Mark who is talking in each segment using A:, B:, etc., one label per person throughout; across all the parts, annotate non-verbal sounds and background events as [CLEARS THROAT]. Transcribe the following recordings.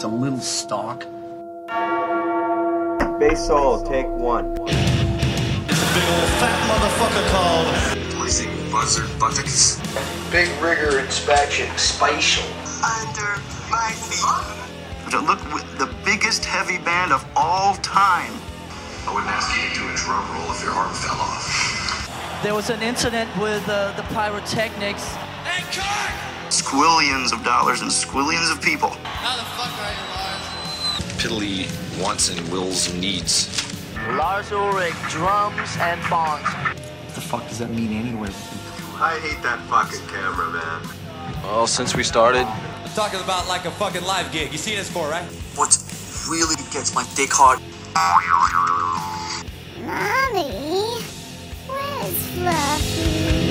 A: It's a little stalk.
B: Base Soul, take one.
C: It's a big old fat motherfucker called.
D: Using buzzer buttons.
E: Big rigor inspection, spatial.
F: Under my feet.
G: To look with the biggest heavy band of all time.
D: I wouldn't ask you to do a drum roll if your arm fell off.
H: There was an incident with uh, the pyrotechnics.
I: And cut!
G: Squillions of dollars and squillions of people.
I: How the fuck are you, Lars?
D: Piddly wants and wills and needs.
J: Lars Ulrich, drums and bongs.
K: What the fuck does that mean anyway?
L: I hate that fucking camera, man.
M: Well, since we started.
N: I'm talking about like a fucking live gig. You see this for, right?
O: What really gets my dick hard.
P: Mommy, where's Fluffy?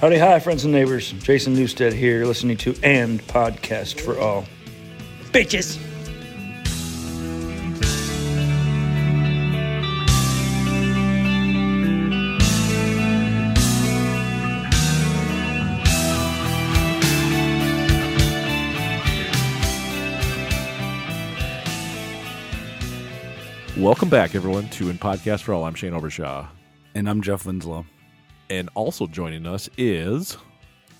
Q: Howdy, hi, friends and neighbors. Jason Newstead here, listening to And Podcast for All. Bitches!
R: Welcome back, everyone, to In Podcast for All. I'm Shane Overshaw.
S: And I'm Jeff Winslow
R: and also joining us is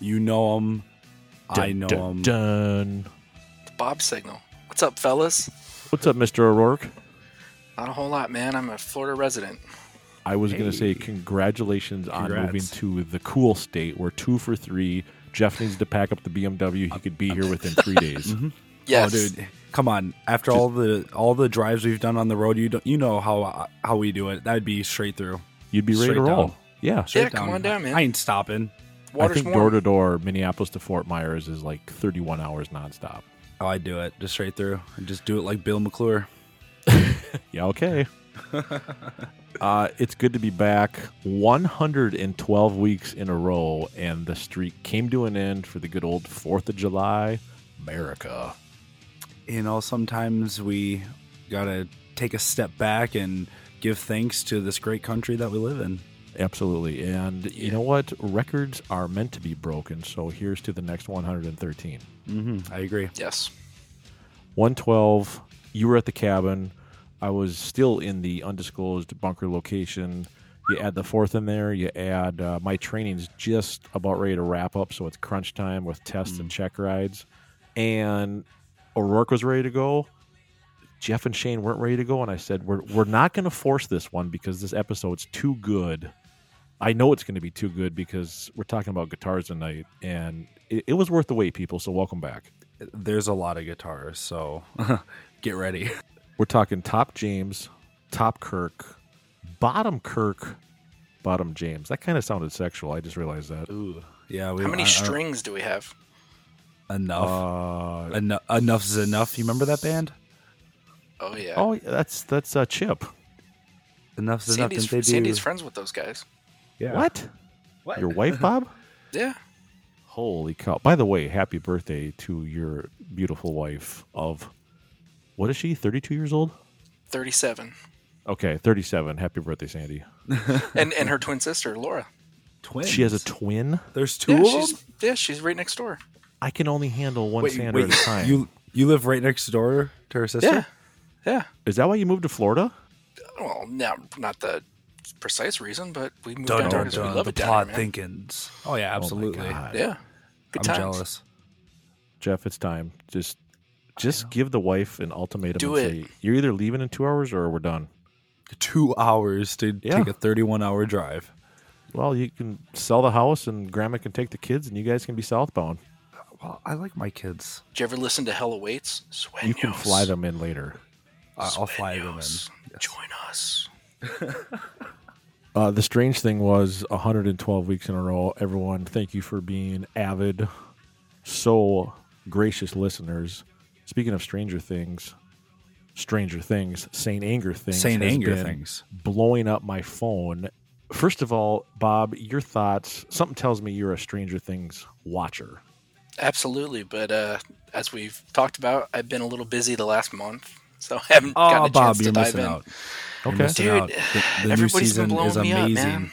S: you know him dun, i know
R: dun,
S: him
R: dun.
T: the bob signal what's up fellas
R: what's up mr o'rourke
T: not a whole lot man i'm a florida resident
R: i was hey. going to say congratulations Congrats. on moving to the cool state we're two for three jeff needs to pack up the bmw he could be here within [LAUGHS] three days mm-hmm.
T: yes
S: oh, dude come on after Just, all the all the drives we've done on the road you don't you know how how we do it that would be straight through
R: you'd be straight ready to roll down. Yeah,
T: yeah, down. come on down, man.
S: I ain't stopping.
R: Water's I think door to door, Minneapolis to Fort Myers is like 31 hours nonstop.
S: Oh, I do it just straight through. I just do it like Bill McClure.
R: yeah, okay. uh, it's good to be back. 112 weeks in a row, and the streak came to an end for the good old Fourth of July, America.
S: You know, sometimes we gotta take a step back and give thanks to this great country that we live in.
R: Absolutely. And you yeah. know what? Records are meant to be broken. So here's to the next 113.
S: Mm-hmm. I agree.
T: Yes.
R: 112. You were at the cabin. I was still in the undisclosed bunker location. You add the fourth in there. You add uh, my training's just about ready to wrap up. So it's crunch time with tests mm-hmm. and check rides. And O'Rourke was ready to go. Jeff and Shane weren't ready to go. And I said, We're, we're not going to force this one because this episode's too good I know it's going to be too good because we're talking about guitars tonight, and it, it, was worth the wait, people. So welcome back.
S: There's a lot of guitars, so [LAUGHS] get ready.
R: We're talking top James, top Kirk, bottom Kirk, bottom James. That kind of sounded sexual. I just realized that.
S: Ooh, yeah. We,
T: How many I, strings I, do we have?
S: Enough. Uh, en- enough is enough. You remember that band?
T: Oh yeah.
R: Oh, that's that's uh, Chip.
S: Enough's Sandy's, enough. Didn't
T: they do... Sandy's friends with those guys.
R: Yeah. What? what? Your wife, [LAUGHS] Bob?
T: yeah.
R: Holy cow. By the way, happy birthday to your beautiful wife of what is she? 32 years old?
T: 37.
R: Okay, 37. Happy birthday, Sandy.
T: and and her twin sister, Laura.
S: Twin.
R: She has a twin?
S: There's two yeah,
T: of them? Yeah, she's right next door.
R: I can only handle one wait, Sandra wait, at a time.
S: You you live right next door to her sister?
T: Yeah. Yeah.
R: Is that why you moved to Florida? Oh
T: Well, no, not the precise reason, but we moved dun, down dun, because dun, we love the it down plot
S: here, thinkins. Oh yeah, absolutely.
T: Oh yeah, good
S: I'm
T: times.
S: jealous.
R: Jeff, it's time. Just, just give the wife an ultimatum. Do it. Say, You're either leaving in two hours or we're done.
S: Two hours to yeah. take a 31 hour drive.
R: Well, you can sell the house, and Grandma can take the kids, and you guys can be southbound.
S: Well, I like my kids.
T: Did you ever listen to Hell Awaits? Sueños.
R: You can fly them in later.
S: Sueños. I'll fly them in. Yes.
T: Join us.
R: Uh, the strange thing was 112 weeks in a row. Everyone, thank you for being avid, so gracious listeners. Speaking of Stranger Things, Stranger Things, Saint Anger Things,
S: Saint Anger Things,
R: blowing up my phone. First of all, Bob, your thoughts. Something tells me you're a Stranger Things watcher.
T: Absolutely, but uh, as we've talked about, I've been a little busy the last month, so [LAUGHS] I haven't
S: Ah,
T: oh, gotten a Bob, chance to dive in.
S: Out.
T: dude,
S: Okay, the, the new
T: everybody's been
S: season
T: blowing
S: is
T: me up,
S: amazing.
T: man.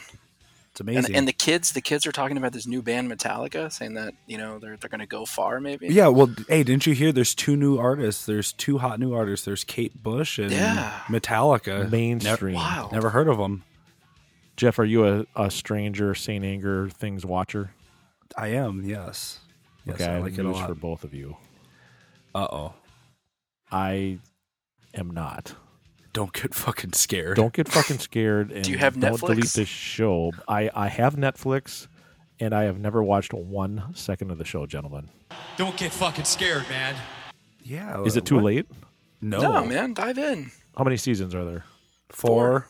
S: It's amazing.
T: And, and the kids, the kids are talking about this new band Metallica, saying that you know they're they're going to go far, maybe.
S: yeah, well, hey, didn't you hear? There's two new artists. There's two hot new artists. There's Kate Bush and
T: Yeah.
S: Metallica.
R: Mainstream.
S: Never,
T: Wild.
S: never heard of them.
R: Jeff, are you a, a stranger, Saint Anger things watcher?
S: I am. Yes. Yes,
R: okay, I
S: I
R: have
S: like it a
R: news
S: lot.
R: for both of you.
S: Uh oh.
R: I am not.
S: Don't get fucking scared.
R: Don't get fucking
T: [LAUGHS]
R: scared. And
T: you have
R: don't delete
T: Netflix?
R: this show. I, I have Netflix, and I have never watched one second of the show, gentlemen.
I: Don't get fucking scared, man.
S: Yeah.
R: Is it too
S: what?
R: late?
S: No.
T: No, man, dive in.
R: How many seasons are there?
S: Four.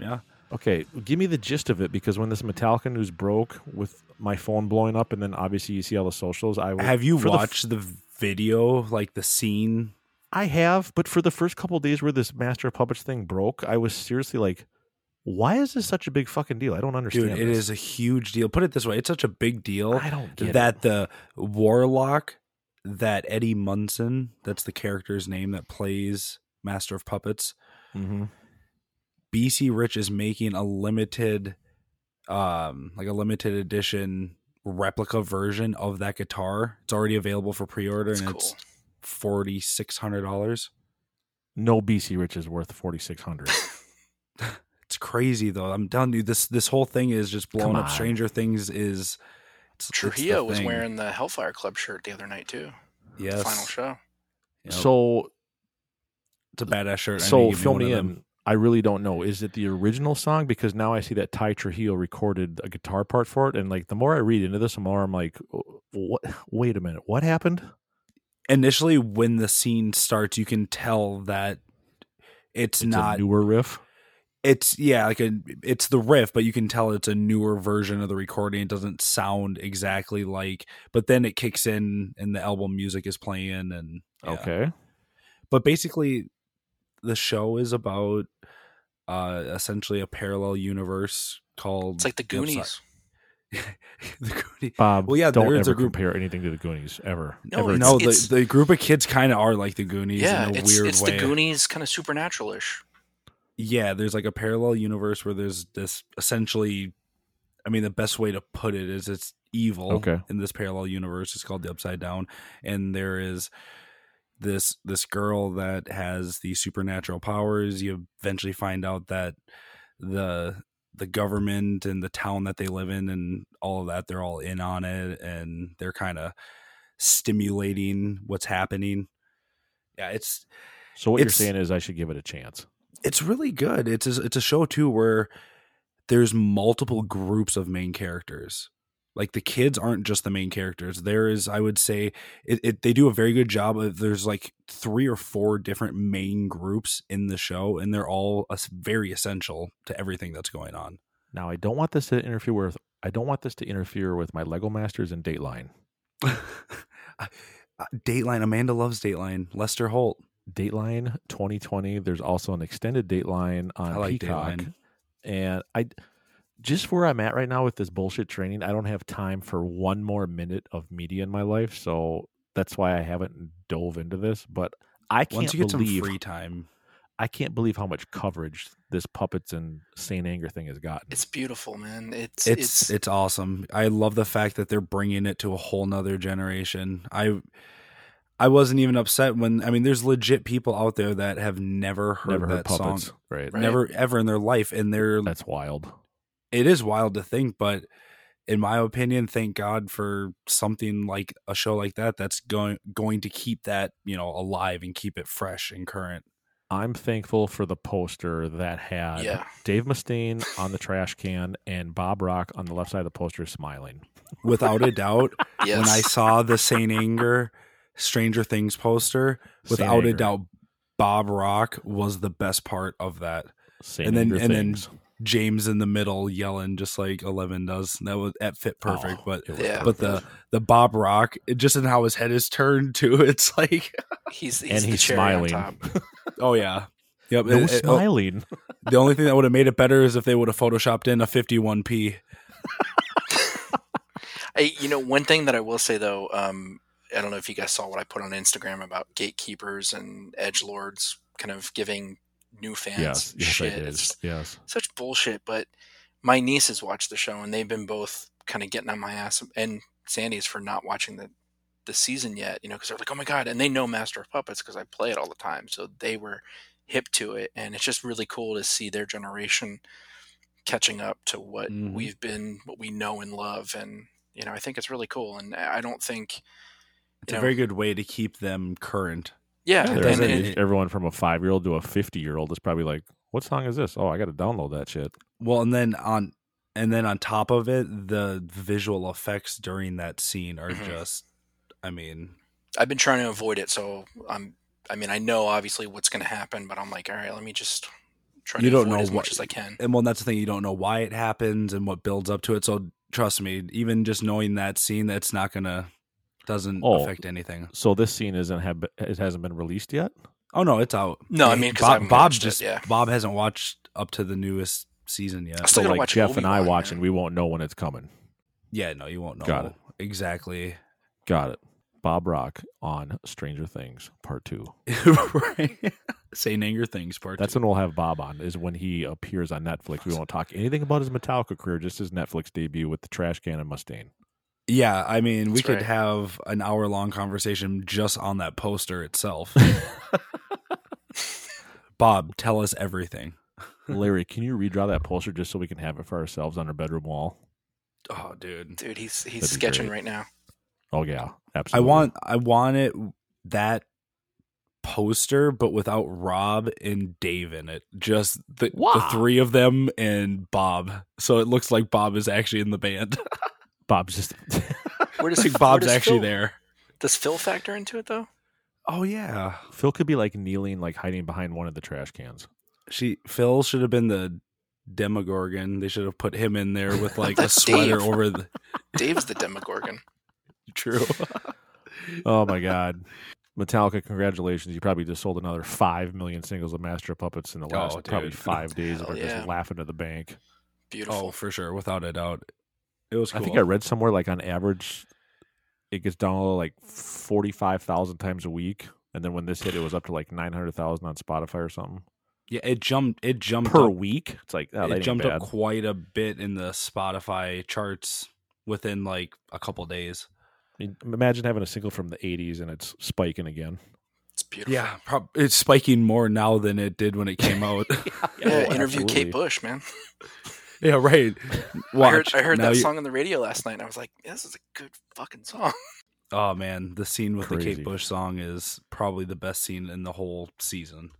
S: Yeah.
R: Okay, give me the gist of it because when this Metallica news broke with my phone blowing up, and then obviously you see all the socials. I was-
S: Have you
R: for the f-
S: watched the, video, like the scene?
R: I have, but for the first couple of days where this Master of Puppets thing broke, I was seriously like, "Why is this such a big fucking deal? I don't understand."
S: Dude, it
R: this.
S: is a huge deal. Put it this way, it's such a big deal
R: I don't get
S: that the warlock that Eddie Munson, that's the character's name that plays Master of Puppets,
R: Mm-hmm.
S: BC Rich is making a limited um like a limited edition replica version of that guitar. It's already available for pre-order
T: That's
S: and
T: cool.
S: it's $4600.
R: No BC Rich is worth forty six hundred.
S: It's crazy though. I'm telling you this this whole thing is just blowing
R: Come
S: up.
R: on.
S: Stranger Things is it's, it's the
T: Trujillo was
S: thing.
T: wearing the Hellfire Club shirt the other night too.
S: yes.
T: The final show.
S: Yep.
R: so
S: It's a badass shirt. I need to
R: so
S: give you
R: fill
S: one
R: me
S: of them.
R: in. I really don't know. Is it the original song? Because now I see that Ty Trujillo recorded a guitar part for it, and like the more I read into this, the more I'm like, "Oh, "What? Wait a minute, what happened?"
S: Initially, when the scene starts, you can tell that
R: It's
S: it's, not.
R: a newer riff.
S: it's yeah, like a it's the riff, but you can tell it's a newer version of the recording. It doesn't sound exactly like. But then it kicks in, and the album music is playing, and yeah.
R: Okay.
S: But basically, the show is about uh essentially a parallel universe called
T: It's like the Goonies.
S: [LAUGHS] the Goonies.
R: Bob,
S: Well, yeah,
R: don't
S: there is
R: ever
S: a group
R: compare anything to the Goonies ever.
T: No,
R: ever
T: it's-
R: again.
S: no, the, the group of kids kind of are like the Goonies
T: yeah,
S: in a
T: it's
S: weird
T: it's
S: way.
T: the Goonies kind of supernatural ish.
S: yeah, there's like a parallel universe where there's this essentially, I mean, the best way to put it is it's evil.
R: Okay.
S: In this parallel universe, it's called the Upside Down, and there is this this girl that has these supernatural powers. You eventually find out that the the government and the town that they live in and all of that they're all in on it and they're kind of stimulating what's happening. Yeah, it's
R: so what you're
S: it's-
R: saying is I should give it a chance.
S: it's really good. It's a, it's a show too where there's multiple groups of main characters. Like the kids aren't just the main characters. There is, I would say, it, it they do a very good job of. There's like three or four different main groups in the show, and they're all es- very essential to everything that's
R: [LAUGHS]
S: going on.
R: Now I don't want this to interfere with I don't want this to interfere with my Lego Masters and Dateline.
S: Dateline, Amanda loves Dateline. Lester Holt,
R: Dateline 2020. There's also an extended Dateline on
S: I like
R: Uh, Peacock.
S: Dateline.
R: And I just where I'm at right now with this bullshit training, I don't have time for one more minute of media in my life. So that's why I haven't dove into this. But I can't
S: once you get
R: believe
S: some free time,
R: I can't believe how much coverage this puppets and Saint Anger thing has gotten.
T: It's beautiful, man. It's
S: it's,
T: it's,
S: it's awesome. I love the fact that they're bringing it to a whole nother generation. I I wasn't even upset when I mean there's legit people out there that have never heard
R: Never heard
S: that song
R: puppets, right? Uh,
S: never ever in their life and they're
R: That's wild.
S: it is wild to think but in my opinion thank God for something like a show like that that's going going to keep that, you know, alive and keep it fresh and current.
R: I'm thankful for the poster that had
T: Yeah.
R: Dave Mustaine on the trash can and Bob Rock on the left side of the poster smiling.
S: Without a doubt,
T: [LAUGHS] yes.
S: when I saw the Saint Anger Stranger Things poster,
R: Saint
S: without a
R: Anger.
S: doubt, Bob Rock was the best part of that.
R: Saint
S: and then
R: Anger
S: and
R: things.
S: then James in the middle yelling just like Eleven does. That was that fit perfect,
R: Oh,
S: but
R: it was
T: Yeah.
S: but the the Bob Rock it- just in how his head is turned too. [LAUGHS] It's like
T: he's, he's
R: and
T: the
R: he's
T: cherry
R: smiling.
T: on top.
S: oh yeah. Yep,
R: no
S: it- it- oh,
R: smiling.
S: the only thing that would have made it better is if they would have photoshopped in a 51p.
T: I, you know, one thing that I will say though, um, I don't know if you guys saw what I put on Instagram about gatekeepers and edge lords kind of giving new fans yes,
R: yes
T: shit.
R: I did.
T: It's
R: yes.
T: Such bullshit. But my nieces watched the show and they've been both kind of getting on my ass and Sandy's for not watching the the season yet, you know, because they're like, oh my god, and they know Master of Puppets because I play it all the time, so they were hip to it, and it's just really cool to see their generation catching up to what mm-hmm. we've been, what we know and love, and you know, I think it's really cool, and I don't think
S: it's know, a very good way to keep them current.
T: Yeah,
R: yeah and, and, and, everyone from a five year old to a fifty year old is probably like, what song is this? Oh, I got to download that shit.
S: Well, and then on. And then on top of it, the visual effects during that scene are mm-hmm. just I mean,
T: I've been trying to avoid it, so I'm. I mean, I know obviously what's going to happen, but I'm like, all right, let me just try you to don't know as much
S: what,
T: as I can.
S: And well, that's the thing you don't know why it happens and what builds up to it. So trust me, even just knowing that scene, that's not going to doesn't oh, affect anything.
R: So this scene isn't have it hasn't been released yet.
S: Oh no, it's out.
T: No, I mean
S: Bob, Bob just
T: it, yeah.
S: Bob hasn't watched up to the newest season yet.
R: So like Jeff and I watching, we won't know when it's coming.
S: Yeah, no, you won't know.
R: Got it
S: exactly. [LAUGHS]
R: Got it. Bob Rock on Stranger Things Part Two.
S: right. Say Nanger Things Part
R: That's
S: two.
R: when we'll have Bob on, is when he appears on Netflix. We won't talk anything about his Metallica career, just his Netflix debut with the trash can and
S: [LAUGHS]
R: Mustaine.
S: Yeah, I mean, That's we right. could have an hour long conversation just on that poster
R: [LAUGHS]
S: itself. Bob, tell us everything.
R: Larry, can you redraw that poster just so we can have it for ourselves on our bedroom wall?
S: Oh, dude.
T: Dude, he's he's sketching great. right [LAUGHS] now.
R: Oh yeah, absolutely.
S: I want I want it that poster, but without Rob and Dave in it. Just the, wow. the three of them and Bob. So it looks like Bob is actually in the band.
R: Bob's just
T: where
S: [LAUGHS]
T: does
S: like Bob's
T: does
S: actually
T: Phil,
S: there.
T: Does Phil factor into it though?
S: Oh yeah,
R: Phil could be like kneeling, like hiding behind one of the trash cans.
S: She Phil should have been the Demogorgon. They should have put him in there with like a sweater
T: Dave.
S: over the.
T: Dave's the Demogorgon.
S: [LAUGHS] True.
R: oh my [LAUGHS] God. Metallica, congratulations. You probably just sold another 5 million singles of Master of Puppets in the last oh, probably five days
T: Hell
R: of
T: yeah.
R: just laughing to the bank.
T: Beautiful.
S: Oh, for sure. Without a doubt. It was cool.
R: I think I read somewhere like on average, it gets downloaded like 45,000 times a week. And then when this hit, it was up to like 900,000 on Spotify or something.
S: Yeah, it jumped. It jumped
R: per
S: up,
R: week. It's like oh,
S: it jumped up quite a bit in the Spotify charts within like a couple days
R: imagine having a single from the 80s and it's spiking again.
T: It's beautiful.
S: Yeah, prob- it's spiking more now than it did when it came [LAUGHS] out.
T: yeah, yeah oh, interview absolutely. Kate Bush, man.
S: yeah, right.
T: Watch. I heard, I heard that you... [LAUGHS] song on the radio last night and I was like, this is a good fucking song. [LAUGHS]
S: Oh, man. The scene with Crazy. the Kate Bush song is probably the best scene in the whole season.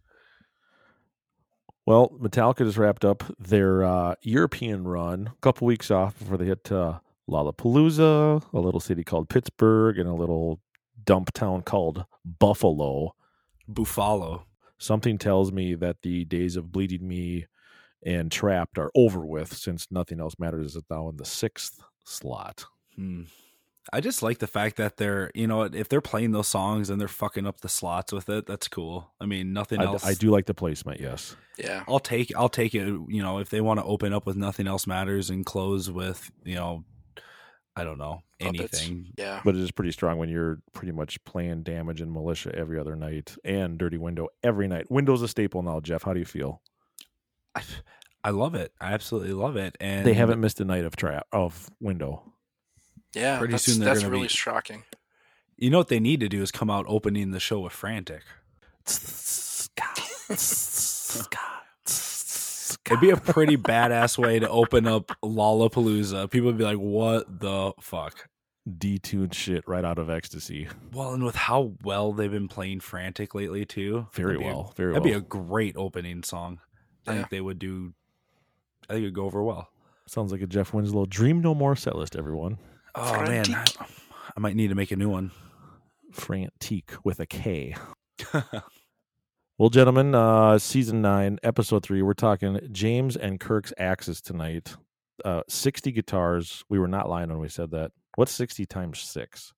R: Well, Metallica just wrapped up their uh, European run, a couple weeks off before they hit uh, Lollapalooza, a little city called Pittsburgh, and a little dump town called Buffalo.
S: Buffalo.
R: Something tells me that the days of Bleeding Me and Trapped are over with since nothing else matters is now in the sixth slot.
S: Hmm. I just like the fact that they're, you know, if they're playing those songs and they're fucking up the slots with it, that's cool. I mean, nothing
R: I,
S: else.
R: I do like the placement, yes.
T: Yeah.
S: I'll take I'll take it, you know, if they want to open up with nothing else matters and close with, you know, I don't know anything.
T: Puppets. Yeah,
R: but it is pretty strong when you're pretty much playing damage and militia every other night and Dirty Window every night. Window's a staple now, Jeff. How do you feel?
S: I, I love it. I absolutely love it. And
R: they haven't missed a night of trap of Window.
T: Yeah, pretty soon they're that's really be, shocking.
S: You know what they need to do is come out opening the show with Frantic. It'd
R: [LAUGHS]
S: be a pretty badass way to open up Lollapalooza. People would be like, "What the fuck?"
R: Detuned shit right out of ecstasy.
S: Well, and with how well they've been playing Frantic lately too,
R: very well,
S: a,
R: very.
S: That'd
R: well.
S: be a great opening song. I yeah. think they would do. I think it'd go over well.
R: Sounds like a Jeff Winslow "Dream No More" set list. Everyone.
S: Oh Frantique. man, I, I might need to make a new [LAUGHS] one.
R: Frantic with a K. Well, gentlemen, uh, season nine, episode three, we're talking James and Kirk's axes tonight. Uh, 60 guitars. We were not lying when we said that. What's 60 times six?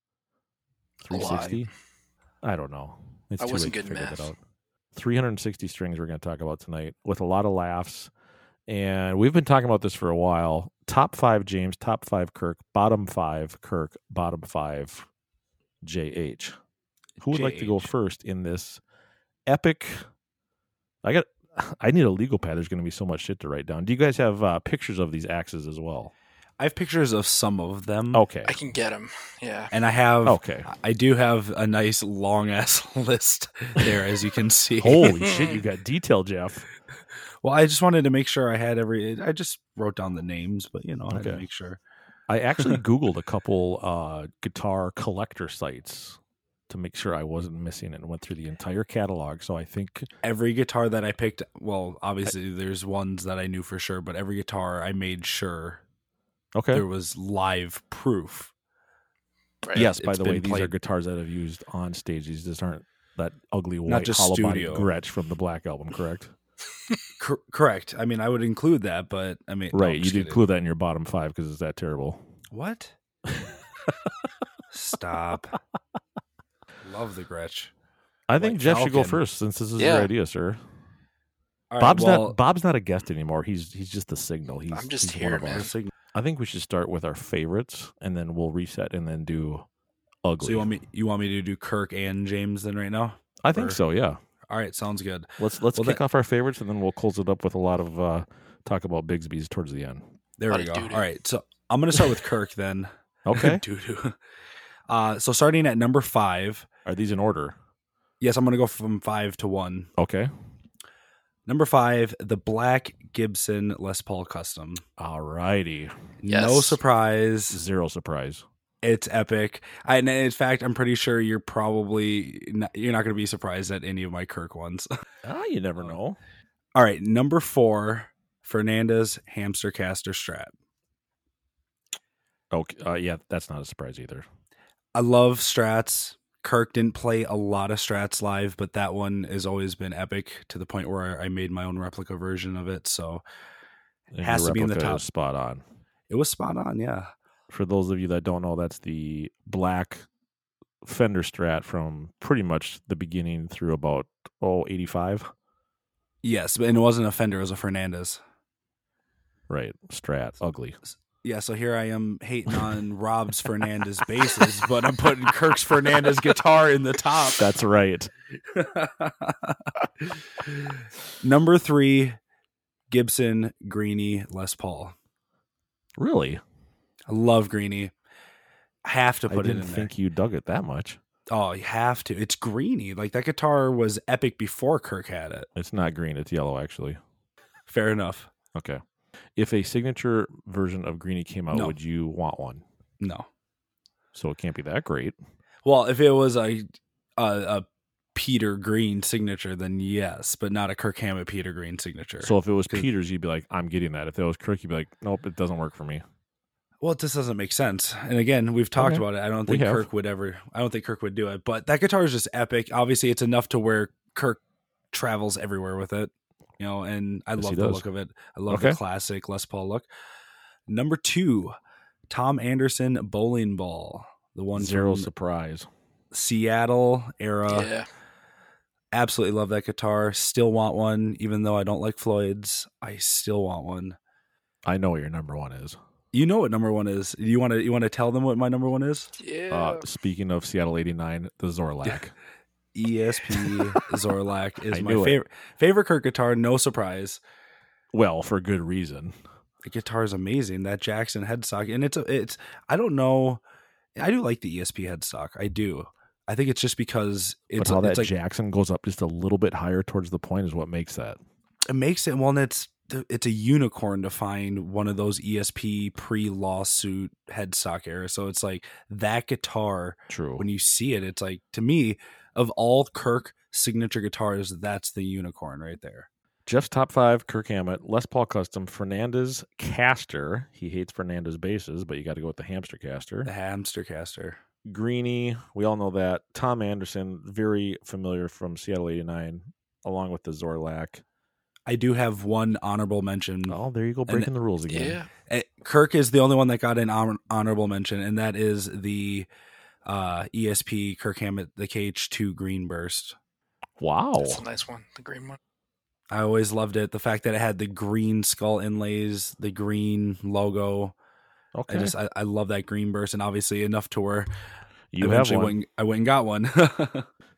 R: 360? I don't know. It's
T: I
R: too
T: wasn't
R: late
T: good
R: to figure
T: math.
R: that out. 360 strings we're going to talk about tonight with a lot of laughs. And we've been talking about this for a while. Top five James, top five Kirk, bottom five Kirk, bottom five JH. Who would
S: JH.
R: like to go first in this? epic I got. [SIGHS] I need a legal pad. There's going to be so much shit to write down. Do you guys have uh, pictures of these axes as well?
S: I have pictures of some of them.
R: Okay,
T: I can get them. Yeah,
S: and I Mm, have. [LAUGHS]
R: Okay,
S: I do have a nice long ass [LAUGHS] list there, as you can see.
R: Holy shit, you got detail, Jeff.
S: [LAUGHS] Well, I just wanted to make sure I had every. I just wrote down the names, but you know, I okay. had to make sure.
R: I
S: [LAUGHS]
R: actually googled a couple uh, guitar collector sites to make sure I wasn't missing it and went through the entire catalog. So I think
S: every guitar that I picked, well, obviously I, there's ones that I knew for sure, but every guitar I made sure
R: okay
S: there was live proof.
R: Right. Yes, it's by the way, played. these are guitars that I've used on stage. These just aren't that ugly white
S: Not just studio.
R: Gretsch from the Black Album, correct?
S: C- correct. I mean, I would include that, but I mean,
R: right? No, you did include that in your bottom five because it's that terrible.
S: What? Stop. Love the Gretsch.
R: I think like Jeff Falcon. should go first since this is yeah. your idea, sir. Right, Bob's well, not Bob's not a guest anymore. He's he's just the signal. He's
T: I'm just he's here, man. Sig-
R: I think we should start with our favorites, and then we'll reset, and then do ugly.
S: So you want me you want me to do Kirk and James then right now?
R: I think or? so. Yeah.
S: All right, sounds good.
R: Let's let's well, kick that, off our favorites, and then we'll close it up with a lot of uh, talk about Bigsby's towards the end.
S: There we go. Doo-doo. All right, so I'm gonna start with Kirk then.
R: [LAUGHS]
S: [LAUGHS]
R: okay.
S: doo uh, so starting at number five.
R: Are these in order?
S: Yes, I'm going to go from five to one.
R: Okay.
S: Number five, the Black Gibson Les Paul Custom.
R: All righty.
S: Yes. No surprise.
R: Zero surprise.
S: It's epic. I, and in fact, I'm pretty sure you're probably not, you're not going to be surprised at any of my Kirk ones. [LAUGHS]
R: ah, you never know.
S: All right, number four, Fernandez Hamster Caster Strat.
R: Okay, uh, yeah, that's not a surprise either.
S: I love strats. Kirk didn't play a lot of strats live, but that one has always been epic to the point where I made my own replica version of it. So
R: it and has to be in the top. Spot on.
S: It was spot on. Yeah.
R: For those of you that don't know, that's the black Fender Strat from pretty much the beginning through about oh 85.
S: Yes, and it wasn't a Fender; it was a Fernandez.
R: Right, Strat, ugly.
S: Yeah, so here I am hating on Rob's Fernandez basses, but I'm putting Kirk's Fernandez guitar in the top.
R: That's right.
S: Number three, Gibson Greeny Les Paul.
R: Really?
S: I love Greeny. Have to put
R: I
S: it in
R: think there.
S: think
R: you dug it that much.
S: Oh, you have to. It's Greeny. Like that guitar was epic before Kirk had it.
R: It's not green, it's yellow, actually.
S: Fair enough.
R: Okay if a signature version of Greeny came out, no. would you want one?
S: No.
R: So it can't be that great.
S: Well, if it was a a, a Peter Green signature, then yes, but not a Kirk Hammett Peter Green signature.
R: So if it was Peter's, you'd be like, I'm getting that. If it was Kirk, you'd be like, Nope, it doesn't work for me.
S: Well, it just doesn't make sense. And again, we've talked okay. about it. I don't think Kirk would ever. I don't think Kirk would do it. But that guitar is just epic. Obviously, it's enough to where Kirk travels everywhere with it you know, and I yes, love the look of it. I love okay. the classic Les Paul look. Number two, Tom Anderson bowling ball, the one
R: zero surprise,
S: Seattle era.
T: Yeah.
S: Absolutely love that guitar. Still want one, even though I don't like Floyd's. I still want one.
R: I know what your number one is.
S: You know what number one is. You want to you want to tell them what my number one is?
T: Yeah. Uh,
R: speaking of Seattle '89, the Zorlak. [LAUGHS] Yeah.
S: ESP E
R: [LAUGHS]
S: Zorlak is my favorite favorite Kirk guitar. No surprise.
R: Well, for good reason.
S: The guitar is amazing. That Jackson headstock, and it's a, it's. I don't know. I do like the ESP headstock. I do. I think it's just because it's
R: but how
S: it's
R: that like, Jackson goes up just a little bit higher towards the point is what makes that.
S: It makes it. Well, and it's it's a unicorn to find one of those E ESP pre lawsuit headstock era. So it's like that guitar.
R: True.
S: When you see it, it's like to me of all Kirk signature guitars, that's the unicorn right there.
R: Jeff's top five: Kirk Hammett, Les Paul Custom, Fernandez Caster. He hates Fernandez basses, but you got to go with the hamster caster.
S: The hamster caster.
R: Greeny, we all know that. Tom Anderson, very familiar from Seattle '89, along with the Zorlak.
S: I do have one honorable mention. Eh,
R: Oh, there you go, breaking and, the rules again.
T: Yeah.
S: Kirk is the only one that got an honorable mention, and that is the uh, ESP Kirk Hammett the KH2 Green Burst.
R: Wow,
T: that's a nice one. The green one.
S: I always loved it. The fact that it had the green skull inlays, the green logo.
R: Okay,
S: I just I, I love that green burst, and obviously enough to where
R: you eventually have one.
S: Went, I went and got one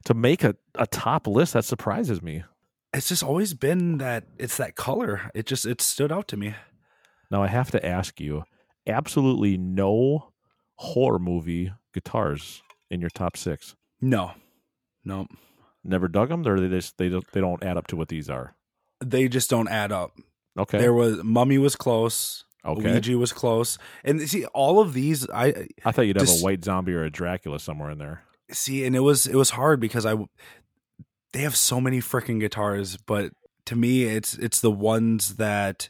R: to make a, a top list. That surprises me.
S: [LAUGHS] it's just always been that it's that color. It just it stood out to me.
R: Now I have to ask you, absolutely no horror movie guitars in your top six.
S: No, nope.
R: Never dug them, or they just they don't they don't add up to what these are.
S: They just don't add up.
R: Okay.
S: There was Mummy was close.
R: Okay.
S: Ouija was close, and see all of these. I
R: I thought you'd have just, a white zombie or a Dracula somewhere in there.
S: See, and it was it was hard because I they have so many freaking guitars, but to me, it's it's the ones that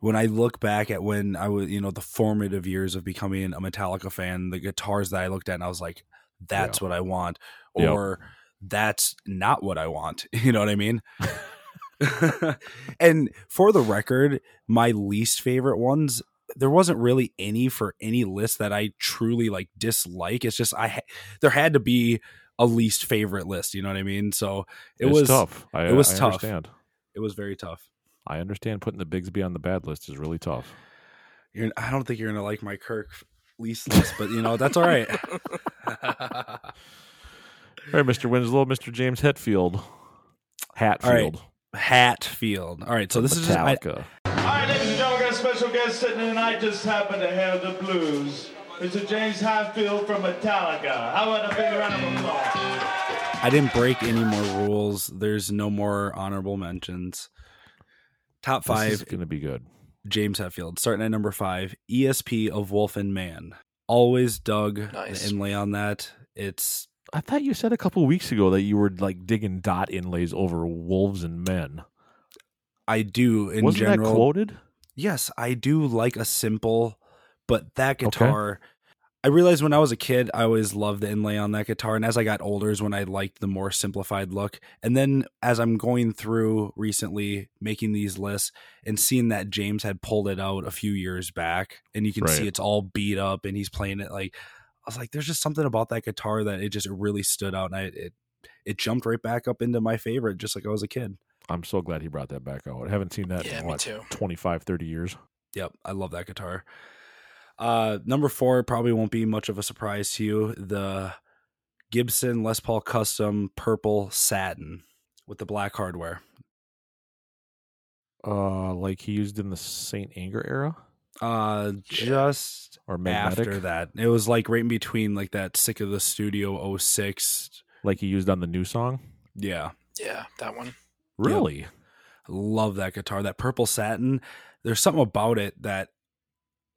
S: when I look back at when I was, you know, the formative years of becoming a Metallica fan, the guitars that I looked at and I was like, that's yeah. what I want, or yep. that's not what I want. [LAUGHS] You know what I mean? and for the record, my least favorite ones, there wasn't really any for any list that I truly like dislike. It's just I ha- there had to be a least favorite list. You know what I mean? So it
R: it's
S: was
R: tough. I,
S: it was
R: I
S: tough.
R: Understand.
S: It was very tough.
R: I understand putting the Bigsby on the bad list is really tough.
S: You're, I don't think you're gonna like my Kirk least list, but you know that's all right. [LAUGHS]
R: all right, Mr. Winslow, Mr. James Hetfield, Hatfield.
S: All right. Hatfield. All right, so this
R: Metallica.
S: is just.
A: I... All right, ladies and gentlemen, our special guest sitting tonight just happened to have the blues. Mr. James Hatfield from Metallica. How about a big round of applause?
S: I didn't break any more rules. There's no more honorable mentions. Top five
R: is going to be good.
S: James Hetfield, starting at number five, ESP of Wolf and Man. Always dug nice. the inlay on that. It's.
R: I thought you said a couple weeks ago that you were like digging dot inlays over wolves and men.
S: I do. In
R: Wasn't
S: general,
R: that quoted?
S: Yes, I do like a simple, but that guitar. Okay. I realized when I was a kid, I always loved the inlay on that guitar. And as I got older is when I liked the more simplified look. And then as I'm going through recently making these lists and seeing that James had pulled it out a few years back and you can right. see it's all beat up and he's playing it like, I was like, there's just something about that guitar that it just really stood out. And I, it, it jumped right back up into my favorite, just like I was a kid.
R: I'm so glad he brought that back out. I haven't seen that
T: yeah,
R: in what, 25, 30 years.
S: Yep. I love that guitar. Uh, number four probably won't be much of a surprise to you. The Gibson Les Paul Custom Purple Satin with the black hardware.
R: Uh, like he used in the Saint Anger era.
S: Uh, just
R: or magnetic?
S: after that, it was like right in between, like that Sick of the Studio 06.
R: Like he used on the new song.
S: Yeah,
T: yeah, that one.
R: Really, yeah.
S: love that guitar. That purple satin. There's something about it that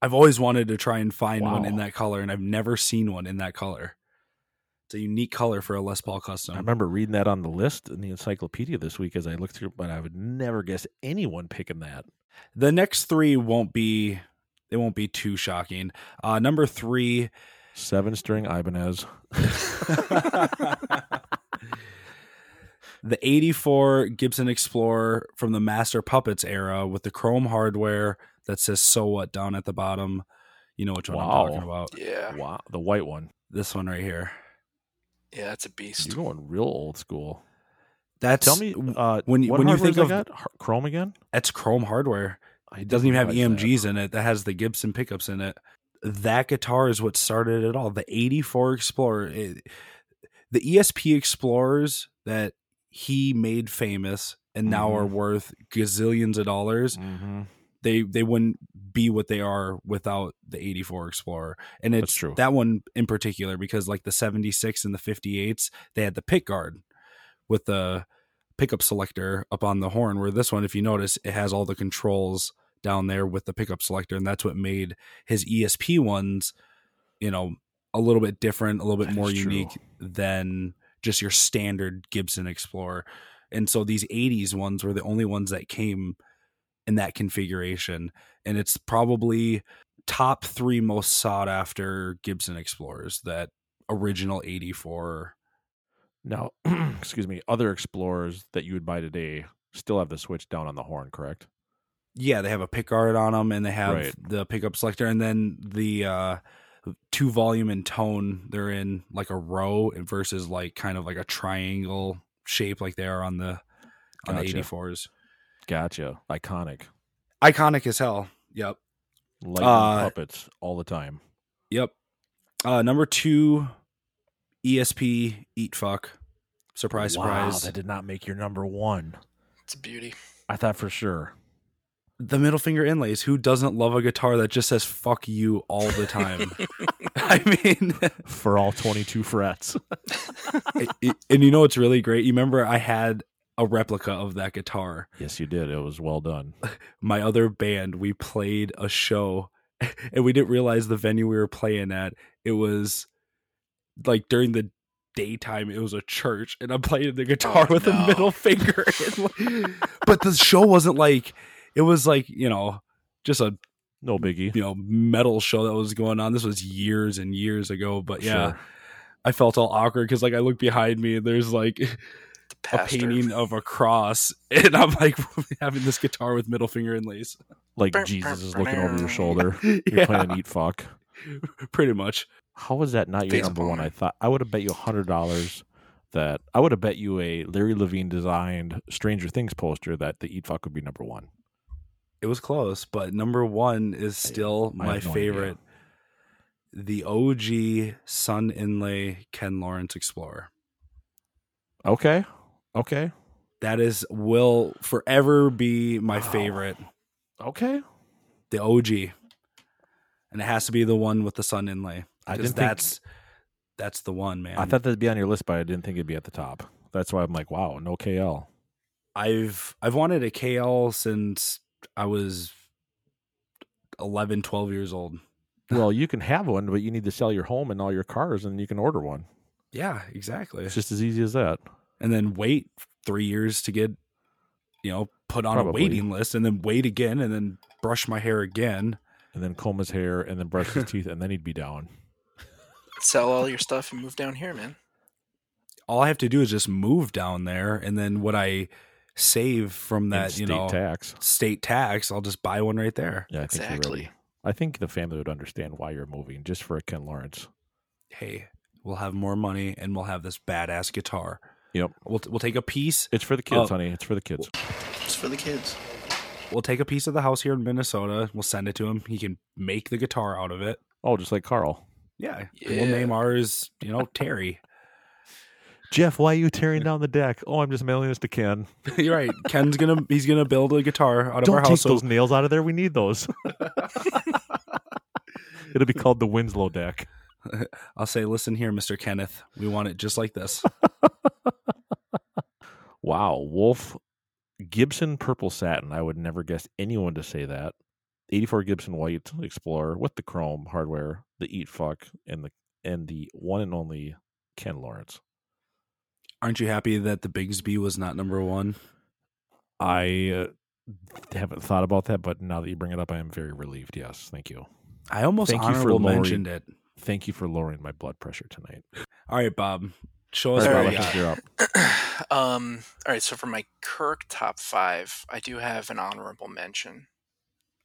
S: I've always wanted to try and find wow. one in that color, and I've never seen one in that color. It's a unique color for a Les Paul custom.
R: I remember reading that on the list in the encyclopedia this week as I looked through, but I would never guess anyone picking that.
S: The next three won't be they won't be too shocking. Uh, number three
R: Seven string
S: [LAUGHS]
R: Ibanez.
S: the 84 Gibson Explorer from the Master Puppets era with the chrome hardware that says "So what" down at the bottom. You know which one
R: wow.
S: I'm talking about?
T: Yeah.
R: Wow, the white one.
S: This one right here.
T: Yeah, that's a beast.
R: You're going real old school.
S: That's
R: tell me uh, when when you think of got? Chrome again.
S: That's Chrome hardware. It doesn't even have EMGs that. in it. That has the Gibson pickups in it. That guitar is what started it all. The '84 Explorer, it, the ESP Explorers that he made famous and mm-hmm. now are worth gazillions of dollars.
R: Mm-hmm
S: they they wouldn't be what they are without the 84 Explorer. And it's
R: That's true.
S: that one in particular because like the 76 and the 58s, they had the pick guard with the pickup selector up on the horn where this one if you notice it has all the controls down there with the pickup selector and that's what made his ESP ones you know a little bit different a little bit that more unique true. than just your standard Gibson Explorer and so these 80s ones were the only ones that came in that configuration. And it's probably top three most sought after Gibson Explorers, that original 84.
R: Now, [CLEARS THROAT] excuse me, other Explorers that you would buy today still have the switch down on the horn, correct?
S: Yeah, they have a pickguard on them and they have
R: right.
S: the pickup selector and then the uh, two volume and tone they're in like a row versus like kind of like a triangle shape like they are on the on
R: gotcha.
S: the 84s.
R: Gotcha. Iconic.
S: Iconic as hell. Yep.
R: Lightning uh, puppets all the time.
S: Yep. Uh, number two, ESP Eat Fuck. Surprise,
R: wow,
S: surprise.
R: That did not make your number one.
T: It's a beauty.
R: I thought for sure.
S: The middle finger inlays. Who doesn't love a guitar that just says fuck you all
R: [LAUGHS]
S: the time? [LAUGHS] I mean,
R: for all 22 frets.
S: it, it, and you know what's really great? You remember I had a replica of that guitar.
R: [LAUGHS] Yes, you did. It was well done.
S: My other band, we played a show [LAUGHS] and we didn't realize the venue we were playing at. It was like during the daytime, it was a church, and I'm playing the guitar oh, with no. a [LAUGHS] middle finger. And, but the show wasn't like, it was like, you know, just a
R: no biggie,
S: you know, metal show that was going on. This was years and years ago, but yeah, sure. I felt all awkward because like I look behind me and there's like, a painting of a cross, [LAUGHS] and I'm like having this guitar with middle finger [LAUGHS] inlays.
R: Like Jesus is looking over your [LAUGHS] shoulder. You're yeah. playing eat fuck.
S: Pretty much.
R: How was that not your Baseball. number one? I thought I would have bet you a hundred dollars that I would have bet you a Larry Levine designed Stranger Things poster that the eat fuck would be number one.
S: It was close, but number one is still I, my I no favorite. Idea. The OG Sun Inlay Ken Lawrence Explorer.
R: Okay. Okay.
S: That is will forever be my favorite.
R: Oh. Okay.
S: The OG. And it has to be the one with the sun inlay. I didn't that's think, that's the one, man.
R: I thought that'd be on your list, but I didn't think it'd be at the top. That's why I'm like, wow, no KL.
S: I've I've wanted a KL since I was 11, 12 years old.
R: Well, you can have one, but you need to sell your home and all your cars and you can order one.
S: Yeah, exactly.
R: It's just as easy as that
S: and then wait three years to get you know put on Probably. a waiting list and then wait again and then brush my hair again
R: and then comb his hair and then brush his teeth and then he'd be down
T: sell all your stuff and move down here man
S: all i have to do is just move down there and then what i save from that you know
R: tax
S: state tax i'll just buy one right there
R: yeah I think exactly really, i think the family would understand why you're moving just for a ken lawrence
S: hey we'll have more money and we'll have this badass guitar
R: Yep.
S: We'll, we'll take a piece.
R: It's for the kids,
S: Oh.
R: uh, honey. It's for the kids.
T: It's for the kids.
S: We'll take a piece of the house here in Minnesota. We'll send it to him. He can make the guitar out of it.
R: Oh, just like Carl.
S: Yeah. yeah. We'll name ours, you know, Terry. [LAUGHS]
R: Jeff, why are you tearing down the deck? Oh, I'm just mailing this to Ken.
S: You're right. Ken's gonna he's gonna build a guitar out of
R: Don't
S: our house.
R: Take those nails out of there. We need
S: [LAUGHS]
R: those. It'll be called the Winslow deck.
S: I'll say, listen here, Mr. Kenneth. We want it just like [LAUGHS] this.
R: wow. Wolf Gibson Purple Satin. I would never guess anyone to say that. 84 Gibson White Explorer with the chrome hardware, the eat fuck, and the and the one and only Ken Lawrence.
S: Aren't you happy that the Bigsby was not number one?
R: I uh, haven't thought about that, but now that you bring it up, I am very relieved. Yes, thank you.
S: I almost thank honorable you for mentioned it
R: thank you for lowering my blood pressure tonight.
S: All right, Bob. Show us all right, Bob,
T: you're up. [CLEARS THROAT] um, all right, so for my Kirk top five, I do have an honorable mention.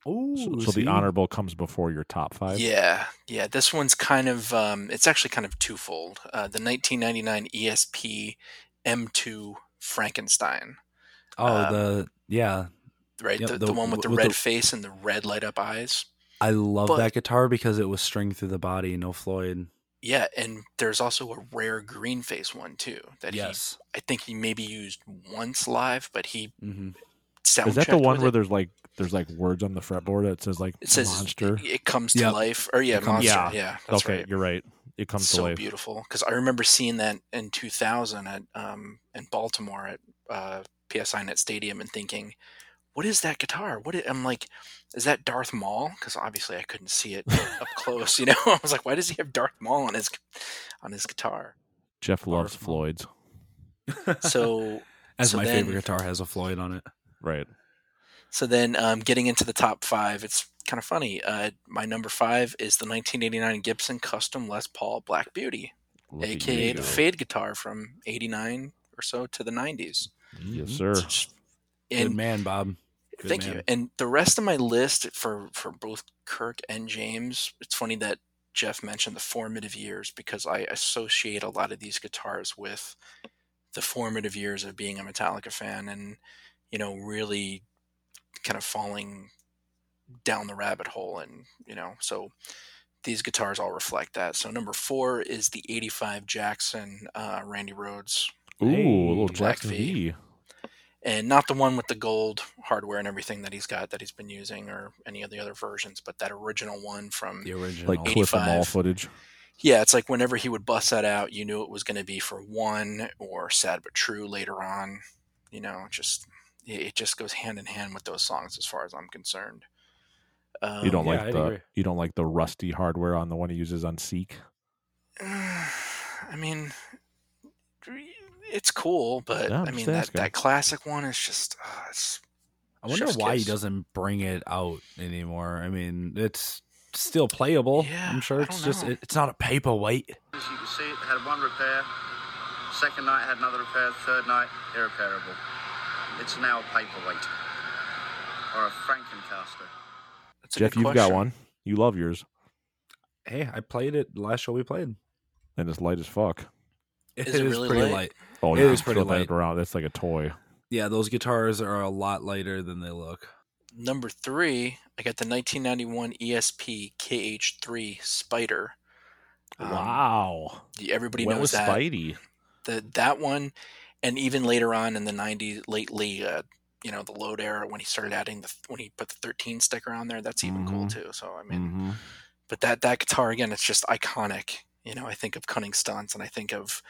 R: Oh, so, so, the honorable comes before your top five.
T: Yeah, yeah. This one's kind of um, it's actually kind of twofold. Uh, the E 1999 ESP M2 Frankenstein.
S: Oh, um, the yeah,
T: right. Yep, the, the, the, one with the with red the... face and the red light up eyes.
S: I love but, that guitar because it was string through the body, no Floyd.
T: Yeah, and there's also a rare green face one too that yes. he I think he maybe used once live, but he mm-hmm.
R: Is that the one where it. there's like there's like words on the fretboard that says like
T: it says
R: monster?
T: It comes to yep. life. Or yeah, monster. Yeah. yeah
R: okay,
T: right.
R: you're right. It comes
T: so
R: to life.
T: beautiful because I remember seeing that in 2000 at um in Baltimore at uh, PSI Net Stadium and thinking, what is that guitar? What is, I'm like, is that Darth Maul? Because obviously I couldn't see it up close. You know, [LAUGHS] I was like, why does he have Darth Maul on his on his guitar?
R: Jeff loves Darth Floyd's. [LAUGHS]
T: So
S: [LAUGHS] as
T: so
S: my
T: then,
S: favorite guitar has a Floyd on it,
R: right?
T: So then, um, getting into the top five, it's kind of funny. Uh, my number five is the 1989 Gibson Custom Les Paul Black Beauty, Look aka the fade guitar from '89 or so to the '90s. mm-hmm.
R: Yes, sir.
S: And, Good man, Bob. Good
T: thank
S: man.
T: you. And the rest of my list for for both Kirk and James, it's funny that Jeff mentioned the formative years because I associate a lot of these guitars with the formative years of being a Metallica fan and you know really kind of falling down the rabbit hole and you know so these guitars all reflect that. So number four is the '85 Jackson uh, Randy Rhodes.
R: Ooh, a little Jackson V.
T: and not the one with the gold hardware and everything that he's got that he's been using or any of the other versions, but that original one from
S: the original
R: like Cliff and Mall footage.
T: Yeah, it's like whenever he would bust that out, you knew it was going to be for one or Sad but True later on. You know, just it just goes hand in hand with those songs as far as I'm concerned.
R: Um, you don't yeah, like I'd the agree. you don't like the rusty hardware on the one he uses on Seek.
T: [SIGHS] I mean, it's cool, but no, I mean that, that, classic one is just. Uh,
S: I wonder why kiss. he doesn't bring it out anymore. I mean, it's still playable. Yeah, I'm sure it's just it, it's not a paperweight.
M: As you can see, it had one repair. Second night had another repair. Third night, irreparable. It's now a paperweight or a Frankencaster.
R: That's Jeff, you've got one. You love yours.
S: Hey, I played it last show we played, [LAUGHS]
R: and it's light as fuck.
T: Is it, it really
S: pretty
T: light?
S: light.
R: Oh,
S: it
R: yeah, it's pretty light. Around. That's like a toy.
S: Yeah, those guitars are a lot lighter than they look.
T: Number three, I got the E 1991 ESP KH3 Spider.
R: Um, wow!
T: Everybody when knows that.
R: Spidey?
T: The, that one, and even later on in the 90s, lately, uh, you know, the load era when he started adding the when he put the 13 sticker on there. That's even mm-hmm. cool too. So I mean, mm-hmm. but that that guitar again, it's just iconic you know i think of cunning stunts and i think of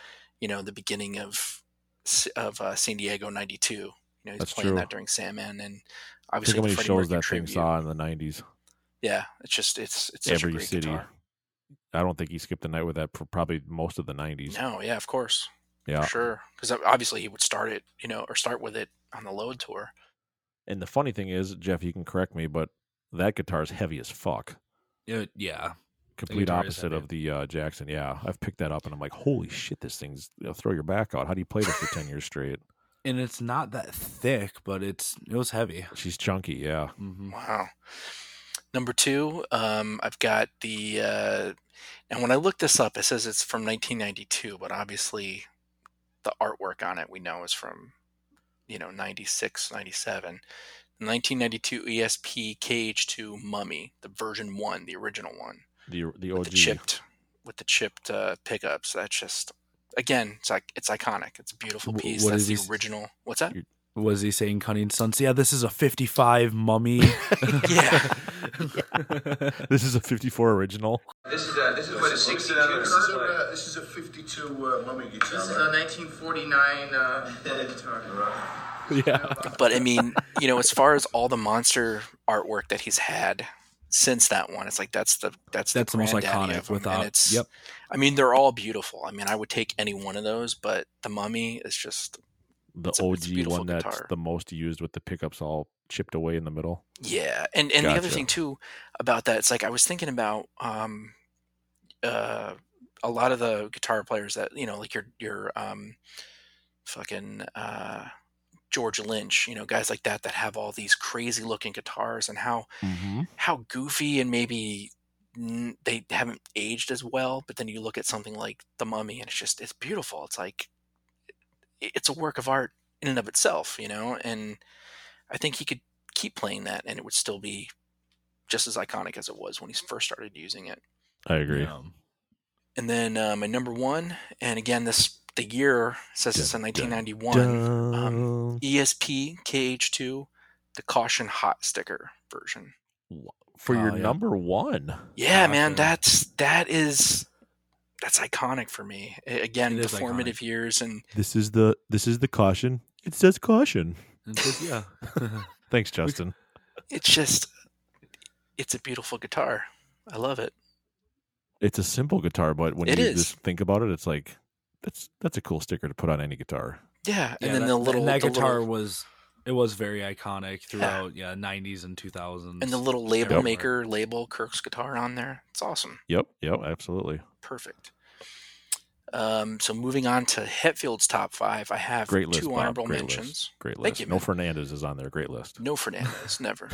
T: you know the beginning of of uh, san diego 92 you know he's
R: That's
T: playing
R: true.
T: that during sandman and obviously
R: think how many
T: Freddie
R: shows
T: Mercury
R: that
T: tribute.
R: thing saw in the 90s
T: yeah it's just it's it's such
R: every
T: a
R: city
T: guitar.
R: i don't think he skipped a night with that for probably most of the 90s
T: no yeah of course
R: yeah
T: for sure because obviously he would start it you know or start with it on the load tour
R: and the funny thing is jeff you can correct me but that guitar is heavy as fuck
S: it, yeah
R: complete opposite of the uh, Jackson. Yeah, I've picked that up and I'm like, holy shit, this thing's you know, throw your back out. How do you play this for ten years straight?
S: And it's not that thick, but it's it was heavy.
R: She's chunky, yeah.
T: Mm-hmm. Wow. Number two, um, I've got the. Uh, and when I look this up, it says it's from 1992, but obviously, the artwork on it we know is from, you know, 96, 97. 1992 ESP KH2 Mummy, the version one, the original one
R: the the
T: OG with the [LAUGHS]
R: [LAUGHS]
T: chipped with the chipped uh, pickups. That's just again, it's like it's iconic. It's a beautiful piece. What That's the he, original. What's
S: [LAUGHS]
T: that?
S: Was he saying Cunning Sons? Yeah, this is a '55 [LAUGHS] mummy.
T: yeah.
R: this is a '54 original.
U: This is
L: uh,
U: a this is
T: [SIGHS]
U: what a '62.
V: This, is a, this is a '52 uh, mummy guitar.
W: This is a 1949
V: [LAUGHS]
W: uh, guitar.
R: Yeah.
T: But I mean, you know, as far as all the monster artwork that he's had, since that one. It's like that's the that's
S: that's
T: the,
S: most
T: iconic.
S: Without
T: it's,
S: yep,
T: I mean they're all beautiful. I mean I would take any one of those, but the Mummy is just
R: the
T: a,
R: OG
T: guitar.
R: one that's the most used with the pickups all chipped away in the middle.
T: Yeah, and and gotcha. the other thing too about that, it's like I was thinking about um uh a lot of the guitar players that you know like your your um fucking uh George Lynch, you know, guys like that that have all these crazy looking guitars and how mm-hmm. how goofy and maybe they haven't aged as well. But then you look at something like The Mummy, and it's just it's beautiful. It's like it's a work of art in and of itself, you know. And I think he could keep playing that, and it would still be just as iconic as it was when he first started using it.
R: I agree.
T: Um, and then uh, my number one, and again, this the year says dun, it's in 1991 um, esp kh2 the caution hot sticker version
R: for
T: Oh,
R: your uh, yeah. number one
T: yeah caution. man that's that is that's iconic for me again the formative iconic. years and
R: this is the this is the caution it says caution
S: it says, yeah [LAUGHS]
R: thanks justin
T: it's just it's a beautiful guitar i love it
R: it's a simple guitar but when
T: it
R: you
T: is.
R: just think about it it's like that's that's a cool sticker to put on any guitar.
T: Yeah, and
S: yeah,
T: then that, the little
S: that
T: the
S: guitar
T: little,
S: was it was very iconic throughout yeah, yeah 90s and 2000s.
T: And the little label yep. maker label Kirk's guitar on there. It's awesome.
R: Yep, yep, absolutely.
T: Perfect. Um, so moving on to Hetfield's top five, I have
R: great list,
T: two honorable
R: Bob, great
T: mentions.
R: List, great list.
T: Thank you.
R: No
T: man.
R: Fernandez is on there. Great list.
T: No Fernandez,
R: [LAUGHS]
T: never.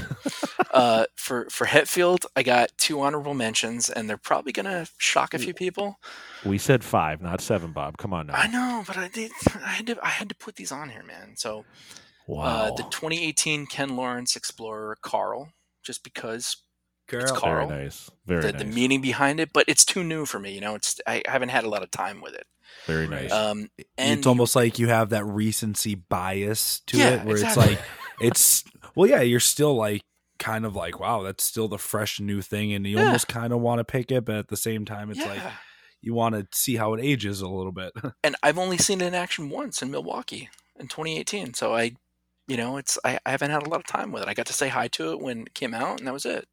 T: uh, for for Hetfield, I got two honorable mentions, and they're probably gonna shock a few people.
R: We said five, not seven, Bob. Come on now.
T: I know, Uh, but I did. I had to. I had to put these on here, man. So,
R: wow.
T: Uh, the 2018 Ken Lawrence Explorer Carl, just because
S: Girl.
T: It's Carl.
R: Very nice. Very
T: the,
R: nice.
T: the meaning behind it, but it's too new for me. You know, it's I haven't had a lot of time with it.
R: Very nice.
T: Um, and
S: it's almost like you have that recency bias to
T: Yeah,
S: it, where
T: exactly.
S: it's like it's well, yeah, you're still like kind of like wow, that's still the fresh new thing, and you
T: Yeah.
S: almost kind of want to pick it, but at the same time, it's like
T: Yeah.
S: you want to see how it ages a little bit. [LAUGHS]
T: and I've only seen it in action once in Milwaukee in 2018. So I, you know, it's I, I haven't had a lot of time with it. I got to say hi to it when it came out, and that was it.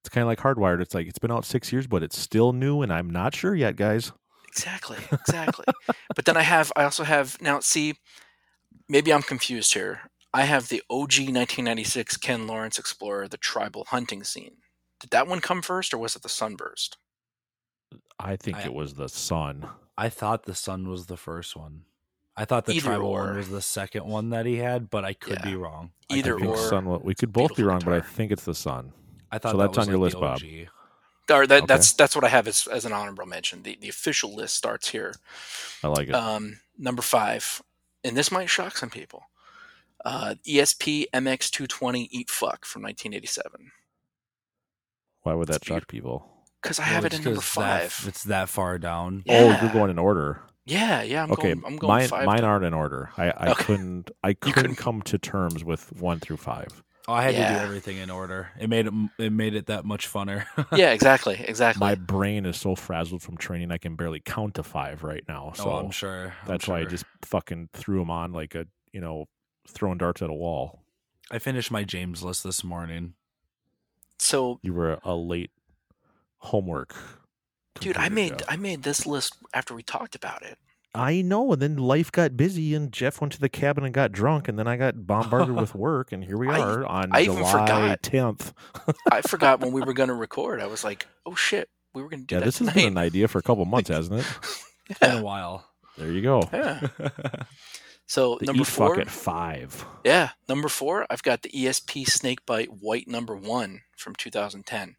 R: It's kind of like Hardwired. It's like it's been out six years, but it's still new, and I'm not sure yet, guys.
T: Exactly, exactly. [LAUGHS] but then I have, I also have now. See, maybe I'm confused here. I have the OG 1996 Ken Lawrence Explorer, the tribal hunting scene. Did that one come first, or was it the Sunburst?
R: I think
S: I-
R: it was the sun.
S: I thought the sun was the first one. I thought the
T: Either
S: tribal
T: or.
S: one was the second one that he had, but I could be wrong. I could
T: Either
S: be
R: I think
T: or.
R: sun. wa- We could both be wrong, but I think it's the sun.
S: I thought
R: so.
S: that
R: That's
S: was,
R: on your
S: like,
R: list,
S: the
R: Bob.
S: OG.
T: Or that,
R: Okay.
T: that's that's what I have as, as an honorable mention. The the official list starts here.
R: I like it.
T: Um, number five, and this might shock some people. Uh, ESP MX 220 Eat Fuck from 1987.
R: Why would that shock people?
T: Because I have it
S: just
T: in number
S: 'cause that-
T: five.
S: it's that far down.
R: Oh, you're
T: Yeah.
R: going in order.
T: Yeah, yeah, I'm
R: okay,
T: going- I'm going
R: mine
T: five
R: mine
T: then.
R: aren't in order. I, I
T: Okay.
R: couldn't I couldn't come to terms with one through five.
S: Oh, I had to
T: Yeah.
S: do everything in order. It made it, it made it that much funner. [LAUGHS] Oh,
T: [LAUGHS] yeah, exactly, exactly.
R: My brain is so frazzled from training I can barely count to five right now. So
S: oh, I'm sure. I'm
R: that's why I
S: sure.
R: just fucking threw them on like a you know throwing darts at a wall.
S: I finished my James list this morning.
T: so,
R: You were a late homework.
T: dude, I
R: computer
T: made
R: Jeff.
T: I made this list after we talked about it.
R: I know, and then life got busy, and Jeff went to the cabin and got drunk, and then I got
T: [LAUGHS]
R: bombarded with work, and here we
T: I-
R: are on
T: I even
R: July
T: forgot.
R: tenth.
T: I forgot when we were going to record. I was like, oh shit, we were going to do
R: Yeah,
T: that
R: this has
T: tonight.
R: been an idea for
T: [LAUGHS]
R: a couple months, hasn't it?
S: It's been a while.
R: There you go. [LAUGHS]
T: Yeah. So
R: The
T: number
R: eat
T: four,
R: fuck at five.
T: yeah, number four. I've got the E ESP Snakebite White Number One from 2010.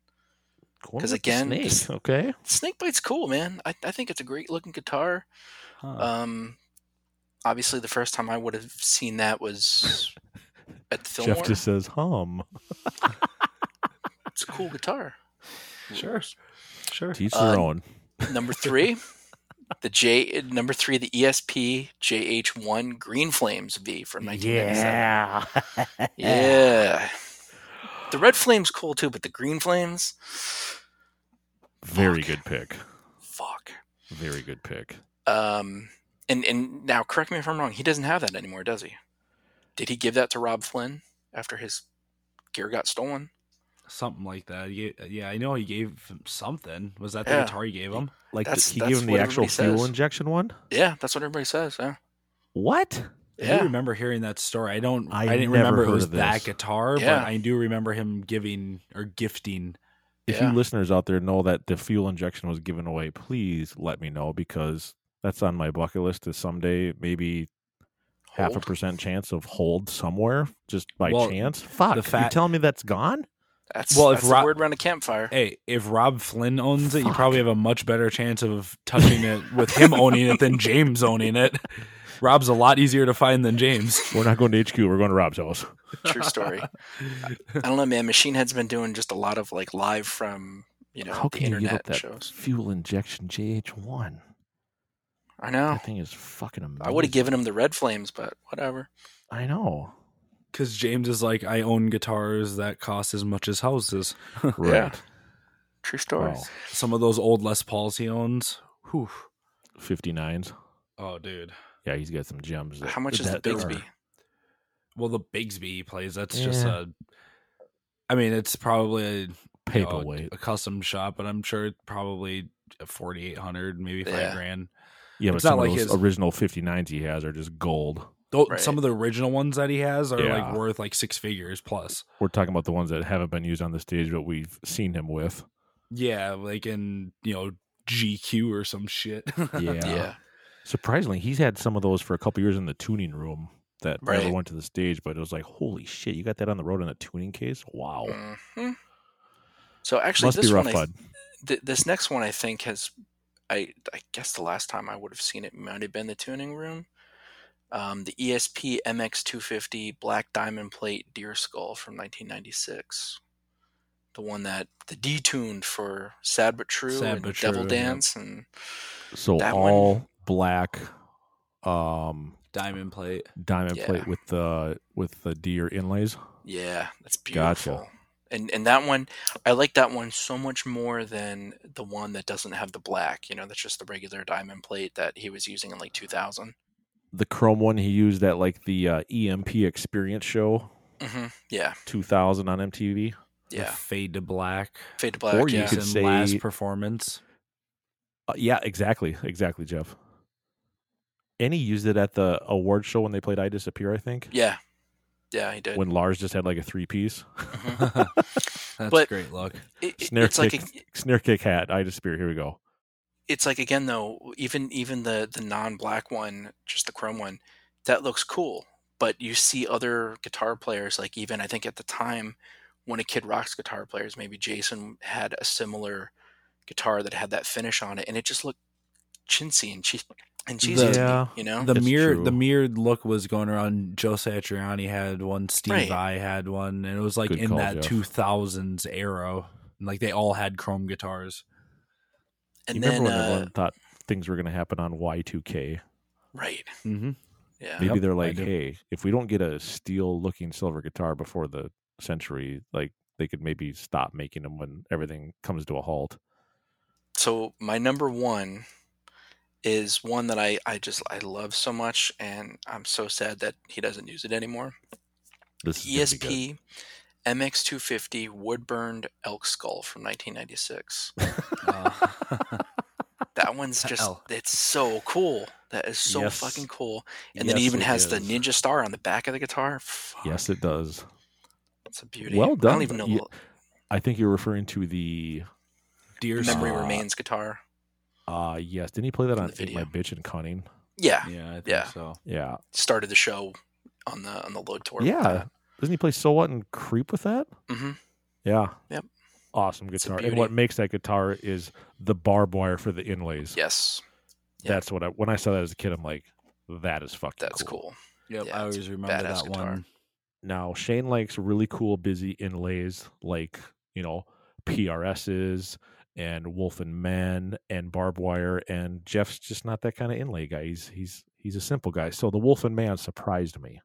R: Going with the
T: again,
R: snake,
T: this-
R: okay,
T: Snakebite's cool, man. I, I think it's a great looking guitar.
S: Huh.
T: Um, obviously, the first time I would have seen that was at the Fillmore.
R: [LAUGHS] Jeff just says hum.
T: It's a cool guitar.
S: Sure. Sure.
R: Teach
T: Uh,
R: their own.
T: Number three, the J. Number three, the E ESP JH1 Green Flames V from 1997. Yeah. The Red Flames cool too, but the Green Flames,
R: Very good pick.
T: fuck.
R: Very good pick.
T: Um, and and now correct me if I'm wrong. He doesn't have that anymore, does he? Did he give that to Rob Flynn after his gear got stolen?
S: Something like that. He- Yeah, I know he gave him something. Was that the
T: Yeah.
S: guitar he gave him?
R: Like the,
T: That's-
R: he
T: that's
R: gave him the
T: what
R: actual
T: everybody
R: fuel
T: says.
R: injection one.
T: Yeah, that's what everybody says. Yeah.
R: What?
S: I
T: Yeah.
S: do remember hearing that story. I don't.
R: I
S: I,
R: never
S: didn't remember it
R: heard
S: was
R: of this.
S: that guitar,
T: Yeah.
S: but I do remember him giving or gifting.
R: If
T: Yeah.
R: you listeners out there know that the fuel injection was given away, please let me know because that's on my bucket list. Is someday maybe half a
T: Hold.
R: percent chance of hold somewhere just by
S: Well,
R: chance. Fuck,
S: the
R: you
S: fact-
R: telling me that's gone?
T: That's,
S: Well,
T: well,
S: if
T: that's
S: Rob-
T: the word around a
R: [LAUGHS]
T: campfire.
S: Hey, if Rob Flynn owns it, you
R: Fuck.
S: probably have a much better chance of touching it with him owning it than James owning it. Rob's a lot easier to find than James.
R: We're not going to HQ. We're going to Rob's house.
T: True
R: [LAUGHS]
T: story. I don't know, man. Machine Head's been doing just a lot of like live from you know the
R: How can you give
T: internet
R: up that
T: shows.
R: fuel injection JH1?
T: I know.
R: That thing is fucking amazing.
T: Oh. I would have given him the Red Flames, but whatever. [LAUGHS]
R: I know.
S: Because James is like, I own guitars that cost as much as houses.
R: Right.
T: True story.
R: Wow.
S: Some of those old Les Pauls he owns. Whew.
R: 59s.
S: Oh, dude.
R: Yeah, he's got some gems. that-
T: How much is
R: that
T: the
R: they
T: Bigsby?
R: are-
S: Well, the Bigsby he plays, that's just
R: Yeah.
S: a. I mean, it's probably a you know,
T: Oh,
R: Paperweight.
S: a custom shop, but I'm sure it's probably 4,800, maybe five
T: Yeah.
S: grand.
R: Yeah, but
S: It's not
R: some
S: like
R: of those
S: his-
R: original 59s he has are just gold.
S: Though
T: Right.
S: Some of the original ones that he has are
R: Yeah.
S: like worth like six figures plus.
R: We're talking about the ones that haven't been used on the stage, but we've seen him with.
S: Yeah, like in, you know, GQ or some shit.
R: Yeah.
T: Yeah.
R: Surprisingly, he's had some of those for a couple years in the tuning room that never
T: Right.
R: went to the stage, but it was like, holy shit, you got that on the road in a tuning case? Wow.
T: hmm So actually,
R: Oh. Must
T: this
R: be rough,
T: one, I,
R: bud.
T: th- this next one, I think has, I I guess the last time I would have seen it might have been the tuning room, um, the ESP MX two fifty black diamond plate deer skull from nineteen ninety six, the one that the detuned for Sad but True
S: Sad
T: and
S: But
T: Devil
S: True, yep.
T: Dance and
R: So
T: that one-
R: all black um
T: diamond plate.
R: Diamond
T: Yeah.
R: plate with the with the deer inlays.
T: Yeah, that's
R: Gotcha.
T: beautiful. And and that one, I like that one so much more than the one that doesn't have the black. You know, that's just the regular diamond plate that he was using in like 2000.
R: The chrome one he used at like the uh, EMP Experience show.
T: hmm Yeah,
R: 2000 on MTV.
T: yeah.
S: fade to black.
T: Fade to black.
R: or you
T: yeah.
R: could
S: Jason
R: say
S: last performance.
R: Uh, yeah, exactly, exactly, Jeff. And he used it at the award show when they played "I Disappear," I think.
T: yeah, yeah. He did.
R: When Lars just had like a three piece
S: That's
T: But
S: great look.
T: It- it-
R: snare
T: it's like
R: kick,
T: a,
R: [LAUGHS] snare kick hat. "I Disappear." Here we go.
T: it's like again though even even the the non-black one just the chrome one that looks cool but you see other guitar players like even i think at the time one of kid rock's guitar players maybe jason had a similar guitar that had that finish on it and it just looked chintzy and cheap and cheesy
S: The-
T: to me,
R: Yeah.
T: you know
S: The
R: That's
S: mirror,
R: true.
S: the mirrored look was going around. Joe Satriani had one, Steve
T: Right.
S: I had one, and it was like
R: Good
S: in
R: call,
S: that
R: Jeff.
S: two thousands era. And like they all had chrome guitars.
T: and
R: you
T: then
R: remember when
T: uh,
R: everyone thought things were going to happen on Y2K?
T: right
S: Mm-hmm.
T: yeah
R: Maybe
S: Yep,
R: they're
S: I
R: like,
S: do.
R: hey, if we don't get a steel looking silver guitar before the century, like they could maybe stop making them when everything comes to a halt.
T: so my number one is one that I, I just I love so much and I'm so sad that he doesn't use it anymore.
R: This is gonna be
T: ESP MX250 wood-burned elk skull from 1996.
S: Uh, [LAUGHS]
T: that
R: [LAUGHS]
T: one's just
S: Hell.
T: it's so cool. That is so
R: Yes.
T: fucking cool. And then it
S: Yes,
T: even
S: it
T: has the
S: is.
T: ninja star on the back of the guitar. Fuck,
R: good. Yes, it does.
T: it's a beauty.
R: Well
T: I
R: done.
T: don't even know
R: You-
T: the
R: I think you're referring to the.
S: Deer
T: memory
R: uh,
T: remains guitar.
R: Uh, yes, didn't he play that
T: From
R: on
T: the
R: Ain't My
T: video.
R: Bitch and Cunning?
T: Yeah.
S: Yeah, I think
T: Yeah.
S: so.
R: Yeah,
T: Started the show on the on the load tour.
R: yeah. Doesn't he play So What and Creep with that?
T: Mm-hmm.
R: Yeah.
T: Yep.
R: Awesome
T: It's a
R: guitar. And
T: beauty.
R: what makes that guitar is the barbed wire for the inlays.
T: Yes. Yeah.
R: That's what I when I saw that as a kid, I'm like, that is fucking
T: That's
R: cool.
T: cool.
S: Yep,
T: Yeah,
S: I
T: it's
S: always remember
T: badass
S: that
T: guitar.
S: one.
R: Now Shane likes really cool, busy inlays like you know PRSs and Wolf and Men and barbed wire. And Jeff's just not that kind of inlay guy. He's he's he's a simple guy. So the Wolf and Man surprised me.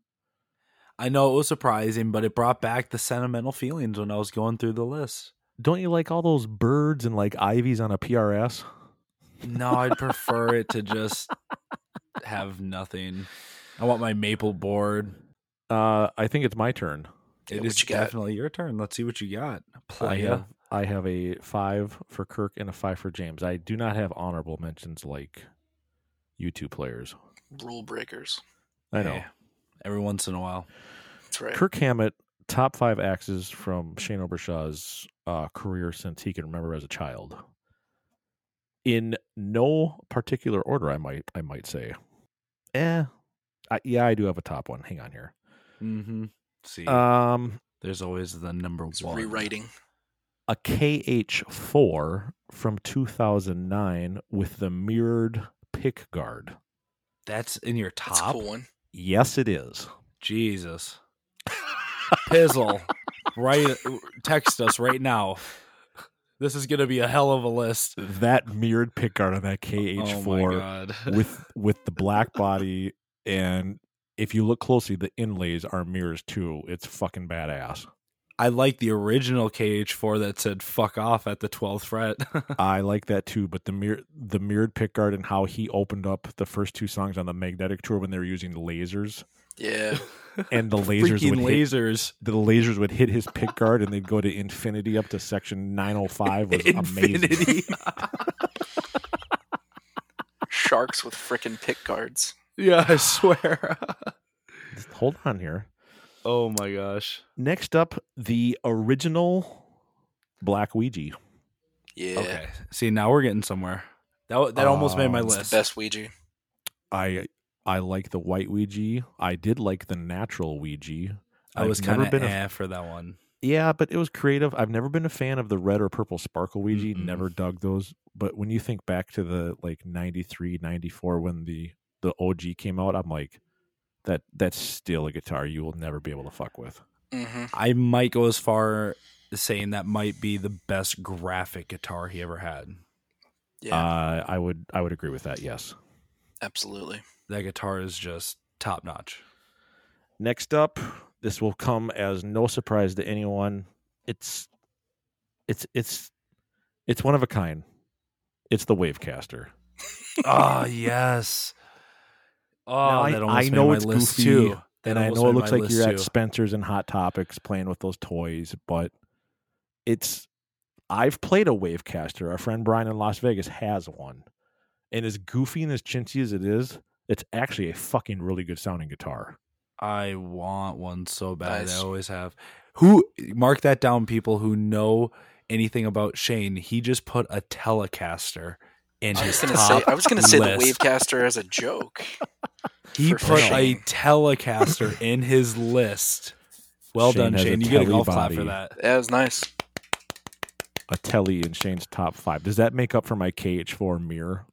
S: I know it was surprising, but it brought back the sentimental feelings when I was going through the list.
R: Don't you like all those birds and like ivies on a PRS?
S: No, I'd prefer it to just have nothing. I want my maple board.
R: Uh, I think it's my turn.
T: Yeah,
S: It
T: what
S: is
T: you got? uh,
S: definitely your turn. Let's see what you got.
R: I
S: Playa.
R: have, I have a five for Kirk and a five for James. I do not have honorable mentions like you two players.
T: Rule breakers.
R: I know.
S: Hey, every once in a while.
T: That's right.
R: Kirk Hammett, top five axes from Shane Obershaw's uh, career since he can remember as a child. In no particular order, I might I might say. Eh, I, yeah, I do have a top one. Hang on here.
S: Mm-hmm. See,
T: Uh,
R: Um,
S: there's always the number
T: It's
S: one.
T: rewriting.
R: a KH4 from 2009 with the mirrored pick guard.
S: That's in your top.
T: That's a cool one.
R: Yes, it is.
T: [LAUGHS]
S: Jesus. Pizzle. right. Text us right now. This is gonna be a hell of a list.
R: That mirrored pick guard on that
S: Oh
R: KH4
S: my god. [LAUGHS]
R: with with the black body and if you look closely the inlays are mirrors too it's fucking badass
S: I like the original KH4 that said "fuck off" at the twelfth fret. [LAUGHS]
R: i like that too but the mirror the mirrored pickguard and how he opened up the first two songs on the magnetic tour when they were using lasers
T: Yeah.
R: and the lasers
S: Freaking
R: would hit,
S: [LAUGHS] lasers.
R: the lasers would hit his pickguard and they'd go to infinity up to section 905 was amazing
S: [LAUGHS] Infinity.
T: Sharks with frickin' pick guards.
S: yeah, I swear. [LAUGHS]
R: hold on here
S: oh my gosh.
R: next up the original black ouija
T: Yeah.
S: Okay. See, now we're getting somewhere. That wa- that almost made my
R: Um, It's
S: list.
T: Best Ouija.
R: I I like the white Ouija. I did like the natural Ouija.
S: I was
R: I've
S: kind
R: never
S: of
R: been a-
S: eh for that one.
R: yeah, but it was creative. I've never been a fan of the red or purple sparkle Ouija.
S: Mm-mm.
R: Never dug those. But when you think back to the like 93, 94 when the the OG came out, I'm like that that's still a guitar you will never be able to fuck with.
T: Mm-hmm.
S: I might go as far as saying that might be the best graphic guitar he ever had.
T: Yeah.
R: Uh, I would I would agree with that. Yes.
T: Absolutely.
S: That guitar is just top notch.
R: Next up, this will come as no surprise to anyone. It's it's it's it's one of a kind. It's the Wavecaster.
S: oh yes.
R: Oh, now, that I, I know it's goofy, too. and I know it looks like you're too. at Spencer's and Hot Topics playing with those toys, but it's. I've played a Wavecaster. Our friend Brian in Las Vegas has one, and as goofy and as chintzy as it is, it's actually a fucking really good sounding guitar.
S: I want one so bad. Nice. I always have. Who mark that down, people who know anything about Shane? He just put a Telecaster in
T: I was
S: his
T: gonna
S: top.
T: Say, I was going to say the Wavecaster as a joke.
S: He for put Shane. a Telecaster in his list. Well Shane done, Shane. You get a golf body. clap for that.
T: That was nice.
R: A Telly in Shane's top five. Does that make up for my KH4 mirror?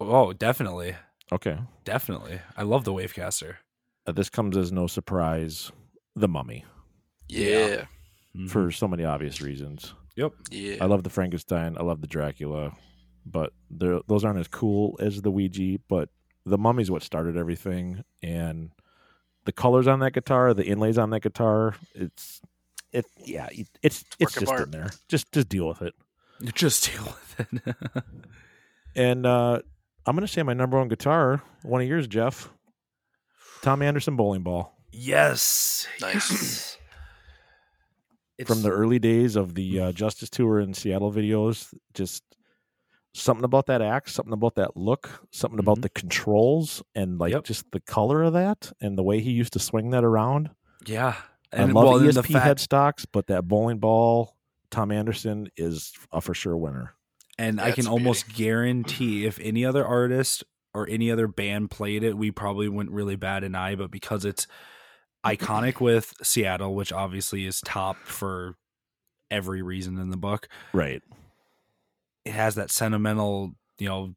S: Oh, definitely.
R: Okay.
S: Definitely. I love the Wavecaster.
R: Uh, this comes as no surprise. The Mummy.
T: Yeah. yeah. Mm-hmm.
R: For so many obvious reasons.
S: Yep.
T: Yeah.
R: I love the Frankenstein. I love the Dracula. But those aren't as cool as the Ouija, but the mummy's what started everything and the colors on that guitar the inlays on that guitar it's it yeah it, it's it's Work just in there just just deal with it
S: just deal [LAUGHS] with
R: it and uh i'm gonna say my number one guitar one of yours jeff tom anderson bowling ball
S: yes [CLEARS THROAT]
T: nice
R: from the early days of the uh, justice tour in seattle videos just something about that axe, something about that look, something about mm-hmm. the controls and like yep. just the color of that and the way he used to swing that around.
S: Yeah.
R: And I love E well, ESP fact- headstocks, but that bowling ball, Tom Anderson is a for sure winner.
S: And That's I can almost beauty. guarantee if any other artist or any other band played it, we probably went really bad in I, but because it's iconic with Seattle, which obviously is top for every reason in the book.
R: Right
S: it has that sentimental, you know,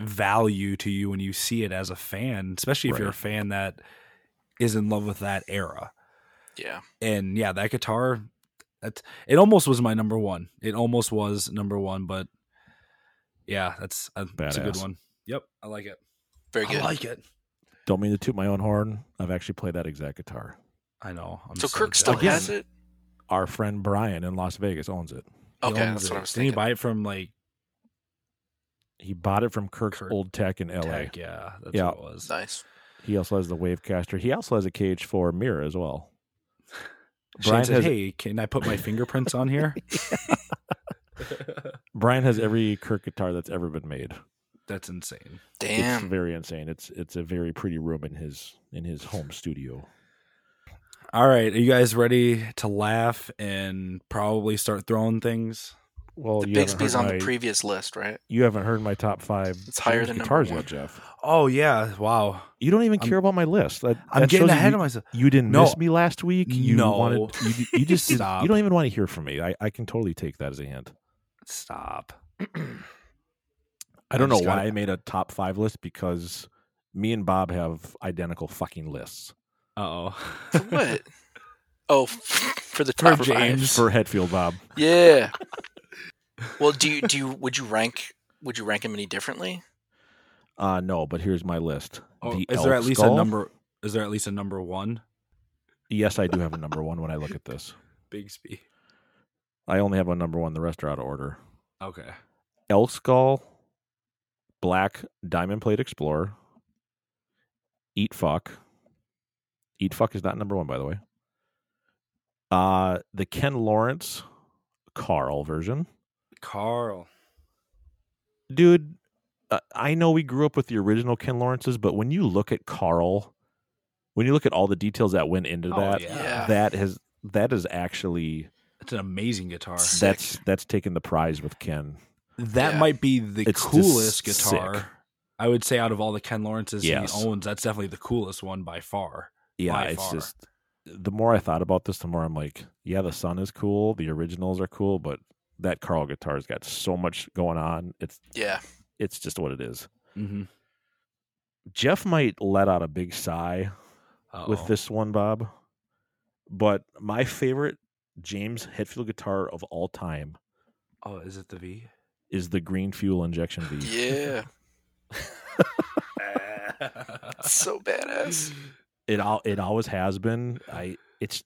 S: value to you when you see it as a fan, especially if right. you're a fan that is in love with that era.
T: Yeah.
S: And yeah, that guitar that's it almost was my number 1. It almost was number 1, but yeah, that's a, that's a good one. Yep, I like it.
T: Very good.
S: I like it.
R: Don't mean to toot my own horn. I've actually played that exact guitar.
S: I know.
T: I'm so, so Kirk still Again, has it.
R: Our friend Brian in Las Vegas owns it.
T: He okay, that's it. what I was
S: Didn't
T: thinking.
S: he buy it from like?
R: He bought it from Kirk's Kirk old tech in LA. Tech,
S: yeah, that's yeah. what it was.
T: Nice.
R: He also has the Wavecaster. He also has a KH4 mirror as well.
S: Brian said, has, "Hey, can
R: [LAUGHS]
S: I put my fingerprints on here?"
R: Brian has
S: Mm.
R: every Kirk guitar that's ever been made.
S: That's insane.
T: Damn,
R: it's very insane. It's it's a very pretty room in his in his home studio.
S: All right, are you guys ready to laugh and probably start throwing things?
R: Well,
T: the Bixby's on my, the previous list, right?
R: You haven't heard my top five.
T: It's higher than
R: guitars
T: yet,
R: Jeff.
S: Oh yeah, wow.
R: You don't even I'm, care about my list. That,
S: I'm
R: that
S: getting ahead
R: you,
S: of myself.
R: You didn't
S: no.
R: miss me last week. You
S: no,
R: wanted, you, you
S: [LAUGHS]
R: just you don't even want to hear from me. I, I can totally take that as a hint.
S: Stop.
R: I don't know why I made a top five list because me and Bob have identical fucking lists.
S: Oh, [LAUGHS]
T: what? Oh, [LAUGHS] for the top
R: for James for Headfield Bob.
S: [LAUGHS]
T: Yeah. well, do you do you would you rank would you rank them any differently?
R: Uh no, but here's my list.
S: Oh, the is Elk there at least Skull? a number? Is there at least a number one?
R: Yes, I do have a number one when I look at this.
S: Bigsby.
R: I only have a number one. The rest are out of order.
S: Okay.
R: Elk Skull, Black Diamond Plate Explorer, Eat Fuck. Eat Fuck is not number one, by the way. Uh the Ken Lawrence Carl version.
S: Carl.
R: Dude, uh, I know we grew up with the original Ken Lawrence's, but when you look at Carl, when you look at all the details that went into
S: oh,
R: that,
S: yeah.
R: that has that is actually
S: It's an amazing guitar.
R: Sick. That's that's taking the prize with Ken.
S: That yeah. might be the it's coolest guitar. Sick. I would say out of all the Ken Lawrence's
R: yes.
S: he owns, that's definitely the coolest one by far.
R: Yeah,
S: by
R: it's
S: far.
R: just the more I thought about this, the more I'm like, yeah, the Sun is cool, the originals are cool, but that Carl guitar's got so much going on. It's
T: yeah,
R: it's just what it is.
S: Mm-hmm.
R: Jeff might let out a big sigh
S: Uh-oh.
R: with this one, Bob. But my favorite James Hetfield guitar of all time.
S: [LAUGHS] Oh, is it the V?
R: Is the green fuel injection V?
T: yeah. so badass.
R: It all it always has been. I it's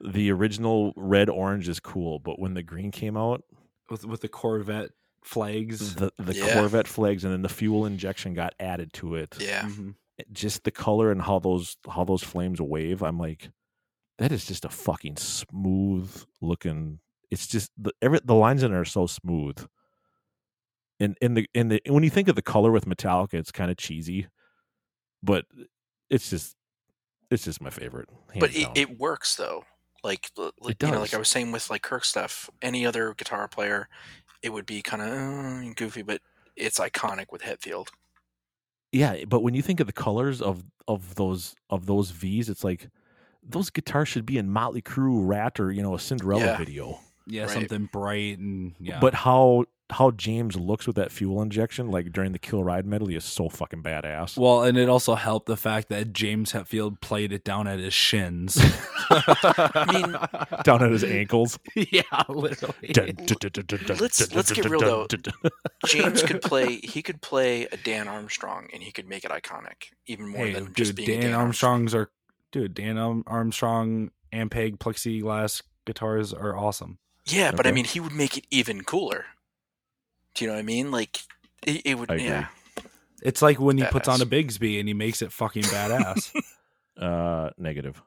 R: the original red orange is cool, but when the green came out
S: with with the Corvette flags,
R: the the yeah. Corvette flags, and then the fuel injection got added to it.
T: Yeah, mm-hmm.
R: just the color and how those how those flames wave. I'm like, that is just a fucking smooth looking. It's just the every the lines in it are so smooth. And in the in the when you think of the color with Metallica, it's kind of cheesy, but it's just it's just my favorite.
T: But it, it works though like you know like i was saying with like kirk stuff any other guitar player it would be kind of uh, goofy but it's iconic with hetfield
R: yeah but when you think of the colors of of those of those v's it's like those guitars should be in motley Crue, rat or you know a cinderella
S: yeah.
R: video
S: yeah right. something bright and yeah
R: but how how James looks with that fuel injection, like during the Kill Ride medley, is so fucking badass.
S: Well, and it also helped the fact that James Hetfield played it down at
R: [LAUGHS]
S: his shins.
R: I mean, [LAUGHS] [LAUGHS] down at his ankles.
S: Yeah, literally. Dun,
T: dun, dun, let's let's get real though. James
S: [LAUGHS]
T: could play. He could play a Dan Armstrong, and he could make it iconic even more hey, than
S: dude,
T: just being
S: Dan,
T: Dan
S: Armstrong's Armstrong. are dude. Dan Armstrong Ampeg plexiglass guitars are awesome.
T: Yeah, okay. but I mean, he would make it even cooler. Do you know what I mean? Like it, it would. Yeah.
S: It's like when he badass. puts on a Bigsby and he makes it fucking badass.
R: uh, negative.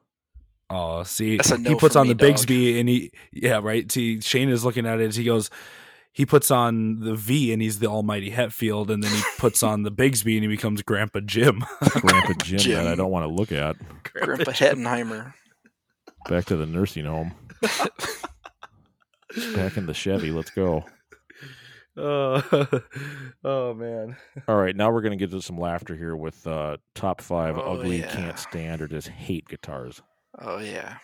S: Oh, see, no he puts on me, the dog. Bigsby and he, yeah, right. See, Shane is looking at it. He goes, he puts on the V and he's the Almighty Hetfield, and then [LAUGHS] he puts on the Bigsby and he becomes Grandpa Jim. [LAUGHS]
R: Grandpa Jim, Jim. that I don't want to look at.
T: Grandpa, Grandpa Hettenheimer.
R: Back to the nursing home. Back in the Chevy. Let's go.
S: Oh, [LAUGHS] oh man.
R: All right, now we're gonna get to some laughter here with uh top five oh, ugly yeah. can't stand or just hate guitars.
T: Oh yeah.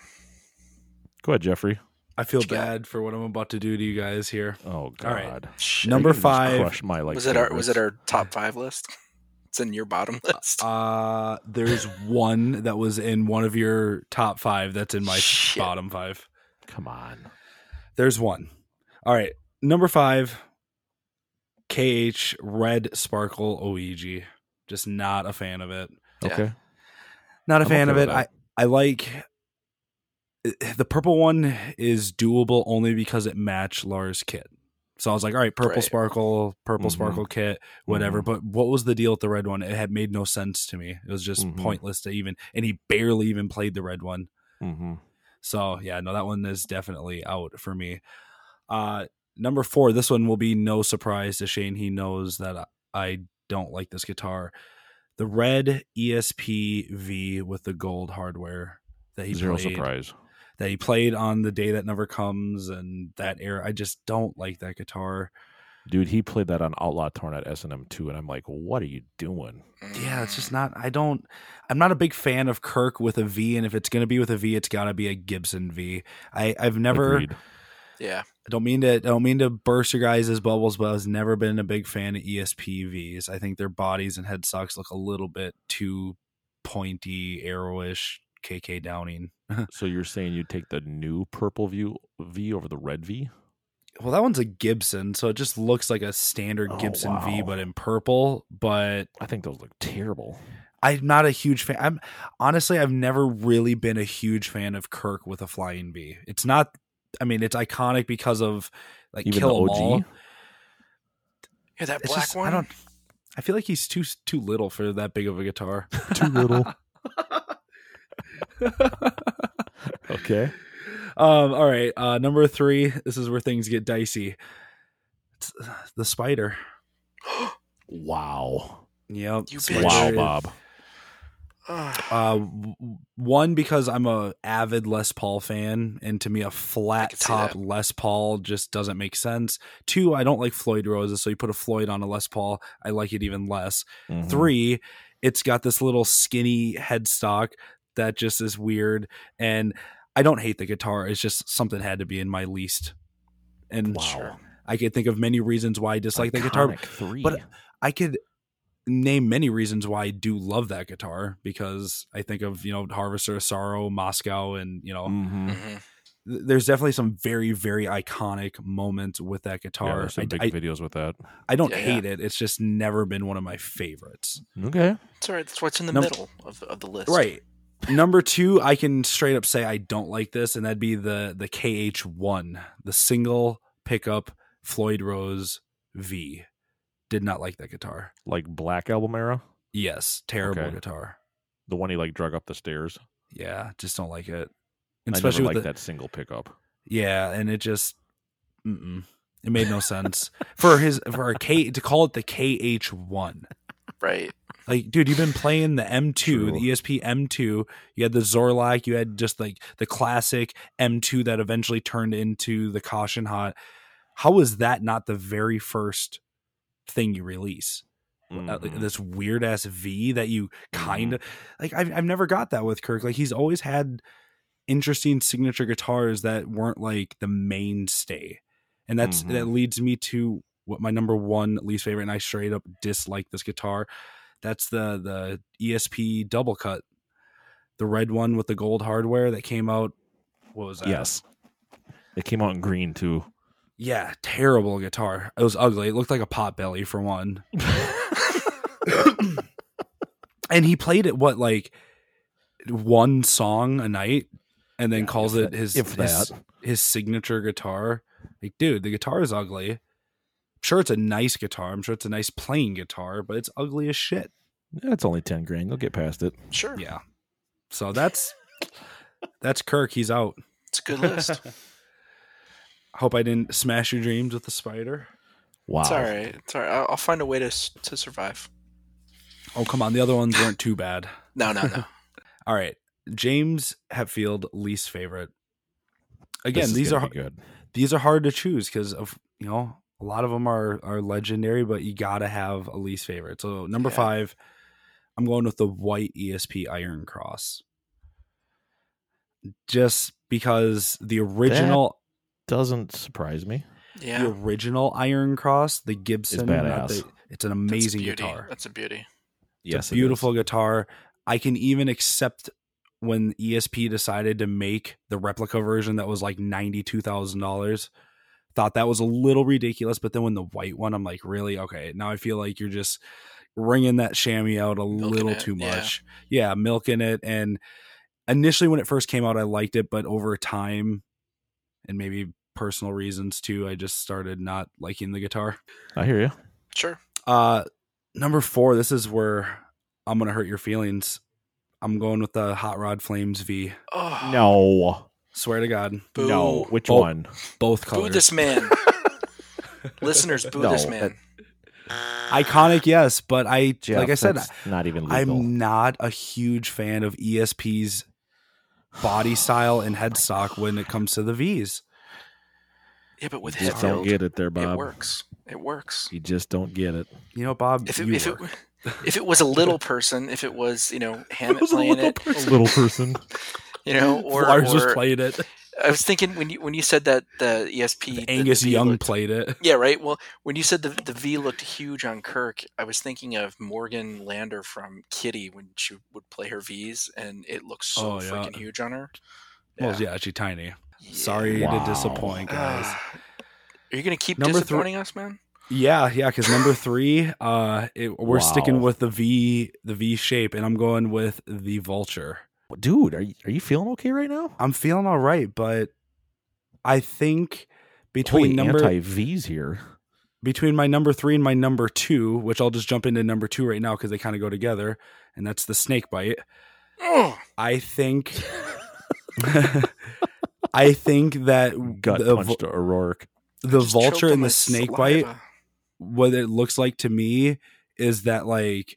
R: Go ahead, Jeffrey.
S: I feel bad for what I'm about to do to you guys here.
R: Oh god. All right.
S: Shit, Number five
R: crush my, like,
T: was it favorites. our was it our top five list? [LAUGHS] It's in your bottom list.
S: Uh there's one that was in one of your top five that's in my Shit. bottom five.
R: Come on.
S: There's one. All right. Number five, KH Red Sparkle OEG. Just not a fan of it.
R: Okay.
S: Not a I'm fan okay of it. I, I like eh, the purple one is doable only because it matched Lars' kit. So I was like, all right, purple right. sparkle, purple mm-hmm. sparkle kit, whatever. Mm-hmm. But what was the deal with the red one? It had made no sense to me. It was just mm-hmm. pointless to even, and he barely even played the red one.
R: Mm-hmm.
S: So yeah, no, that one is definitely out for me. Uh, number four this one will be no surprise to shane he knows that i don't like this guitar the red esp v with the gold hardware that he
R: zero
S: played,
R: surprise
S: that he played on the day that never comes and that era i just don't like that guitar
R: dude he played that on outlaw torn at snm2 and i'm like what are you doing
T: Mm,
S: yeah it's just not i don't i'm not a big fan of kirk with a v and if it's going to be with a v it's got to be a gibson v i i've never [LAUGHS] Agreed.
T: Yeah.
S: I don't mean to I don't mean to burst your guys' bubbles, but I've never been a big fan of E ESPVs. I think their bodies and head socks look a little bit too pointy, arrowish, KK downing.
R: so you're saying you take the new purple view V over the red V?
S: Well, that one's a Gibson, so it just looks like a standard Gibson oh, wow. V, but in purple. But
R: I think those look
S: [LAUGHS]
R: terrible.
S: I'm not a huge fan. I'm honestly, I've never really been a huge fan of Kirk with a flying V. It's not I mean, it's iconic because of like Even Kill 'Em All.
T: Yeah, that black just, one.
S: I don't. I feel like he's too too little for that big of a guitar.
R: too little. okay.
S: Um. All right. Uh, number three. This is where things get dicey. It's, uh, the spider.
R: wow.
S: Yep.
T: You
R: wow, Bob.
S: Uh, one because I'm a avid Les Paul fan, and to me, a flat top Les Paul just doesn't make sense. Two, I don't like Floyd roses, so you put a Floyd on a Les Paul, I like it even less. Mm-hmm. Three, it's got this little skinny headstock that just is weird, and I don't hate the guitar. It's just something had to be in my least, and wow. I could think of many reasons why I dislike the guitar.
R: Three.
S: But I could name many reasons why I do love that
R: Mm.
S: guitar because I think of you know Harvester Sorrow, Moscow, and you know
R: mm-hmm.
S: there's definitely some very very iconic moments with that guitar.
R: Yeah, some
S: I,
R: big
S: I-
R: videos with that.
S: I don't
T: Yeah,
S: hate
T: yeah.
S: it. It's just never been one of my favorites.
R: Okay.
T: It's all right. That's what's in the
S: Num-
T: middle of, of the list.
S: Right. Number two, I can straight up say I don't like this, and that'd be the the KH one, the single pickup Floyd Rose V. Did not like that guitar.
R: Like Black Album era,
S: Yes, terrible
R: Okay.
S: guitar.
R: the one he like drug up the stairs.
S: Yeah, just don't like it.
R: I
S: And
R: never
S: especially with
R: liked
S: the-
R: that single pickup.
S: Yeah, and it just mm-mm. it made no sense for his for a K to call it the KH one.
T: Right.
S: Like, dude, you've been playing the M2,
R: True.
S: the E ESP M2. You had the Zorlak. You had just like the classic M2 that eventually turned into the Caution Hot. How is that not the very first thing you release? Uh,
R: Mhm.
S: This weird ass V that you kind of like. I've I've never got that with Kirk. Like he's always had interesting signature guitars that weren't like the mainstay, and that's
R: Mhm.
S: that leads me to what my number one least favorite. And I straight up dislike this guitar. That's the the ESP double cut, the red one with the gold hardware that came out. What was that?
R: Yes, it came out in green too.
S: Yeah, terrible guitar. It was ugly. It looked like a pot belly for
R: [LAUGHS]
S: one. and he played it what like one song a night and then calls
R: if
S: it
R: that-
S: his
R: if
S: his-
R: that.
S: his signature guitar. Like, dude, the guitar is ugly. sure it's a nice guitar. I'm sure it's a nice playing guitar, but it's ugly as shit.
R: That's only ten grand. You'll get past it.
T: Sure.
S: Yeah. So that's that's Kirk. He's out.
T: It's a good
R: [LAUGHS]
T: list.
S: Hope I didn't smash your dreams with the spider.
R: Wow.
T: It's all right. It's all right. I'll, I'll find a way to s- to survive.
S: Oh come on, the other ones weren't too bad.
T: No, no,
R: [LAUGHS]
T: no.
S: All right, James Hetfield, least favorite. Again,
R: This is
S: these
R: gonna
S: are
R: be good.
S: these are hard to choose because of you know a lot of them are are legendary, but you gotta have a least favorite. So number
T: Yeah.
S: five, I'm going with the white ESP Iron Cross, just because the original
R: Doesn't surprise me.
T: yeah.
S: the original Iron Cross, the Gibson, not
R: badass.
S: the- it's
T: That's a
S: an amazing
T: beauty.
S: guitar.
T: That's a beauty.
S: It's
R: Yes, it
S: a
R: is.
S: beautiful guitar. I can even accept when ESP decided to make the replica version that was like $92,000. Thought that was a little ridiculous, but then when the white one, I'm like, really? Okay, now I feel like you're just wringing that chamois out a little
T: it,
S: too
T: yeah.
S: much. yeah, milking it. And initially, when it first came out, I liked it, but over time, and maybe personal reasons too, I just started not liking the guitar.
R: I hear you.
T: Sure.
S: Uh, number four. This is where I'm gonna hurt your feelings. I'm going with the Hot Rod Flames V.
T: Oh,
R: [GASPS] No.
S: Swear to God,
T: boo.
R: No. Which
S: Both
R: one?
S: both
T: Boo
S: colors.
T: this man.
R: [LAUGHS]
T: Listeners, boo
R: No,
T: this man.
S: Iconic, yes, but I like I said,
R: that's not even legal.
S: I'm not a huge fan of ESP's body style and headstock when it comes to the V's.
T: yeah, but with
R: You just
T: Hetfield,
R: don't get it there,
T: it
R: Bob.
T: works. It works.
R: You just don't get it.
S: You know, Bob,
T: If it,
S: you
T: if it
S: were. [LAUGHS]
T: if it was a little person, if it was you know Hammett playing it, [LAUGHS]
R: Little person.
T: you
S: [LAUGHS]
T: know, or,
S: Lars was
T: or-
S: played it.
T: I was thinking when you when you said that the ESP the- the
S: Angus
T: V
S: Young
T: looked-
S: played it.
T: Yeah, right. Well, when you said the the V looked huge on Kirk, I was thinking of Morgan Lander from Kitty when she would play her V's, and it looked so
S: Oh, yeah.
T: freaking huge on her.
S: Well, yeah, she tiny.
T: Yeah.
S: Sorry
R: Wow.
S: to disappoint, guys.
T: Ah. [SIGHS] Are you gonna keep
S: Number three-
T: disappointing us, man?
S: Yeah, yeah, because [GASPS] number three, uh, it, we're sticking
R: Wow.
S: with the V, the V shape, and I'm going with the vulture.
R: Dude, are you, are you feeling okay right now?
S: I'm feeling all right, but I think between
R: Holy
S: number
R: anti V's here.
S: between my number three and my number two, which I'll just jump into number two right now because they kind of go together, and that's the snake bite.
T: Oh,
S: I think, [LAUGHS] I think that
R: Gut
S: the,
R: punched
S: vu-
T: [LAUGHS]
R: to O'Rourke.
S: the
T: just choked
S: vulture
T: on
S: and
T: my
S: the snake bite
T: saliva.
S: what it looks like to me is that like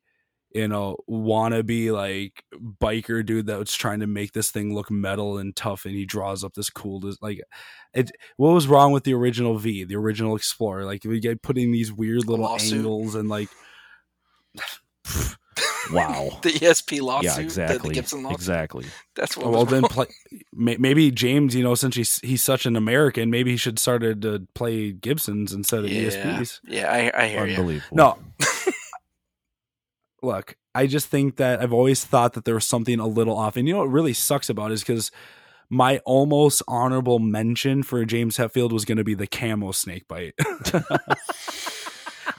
S: you know wannabe like biker dude that was trying to make this thing look metal and tough and he draws up this cool des- like it what was wrong with the original v the original explorer like we get putting these weird little
T: Lawsuit.
S: angles and like
R: Wow.
T: The ESP lawsuit,
R: yeah,
T: the-
R: exactly.
T: the Gibson lawsuit.
R: Exactly.
T: That's [LAUGHS] what.
S: Oh, well
T: was
S: then
T: wrong.
S: play may- maybe james you know since he's he's such an american maybe he should started to play E gibsons instead of
T: yeah,
S: esps
T: yeah, I, I hear you.
R: Unbelievable.
S: No.
R: [LAUGHS]
S: [LAUGHS] Look, I just think that I've always thought that there was something a little off. And you know what really sucks about it is because my almost honorable mention for James Hetfield was going to be the camo snake bite. [LAUGHS]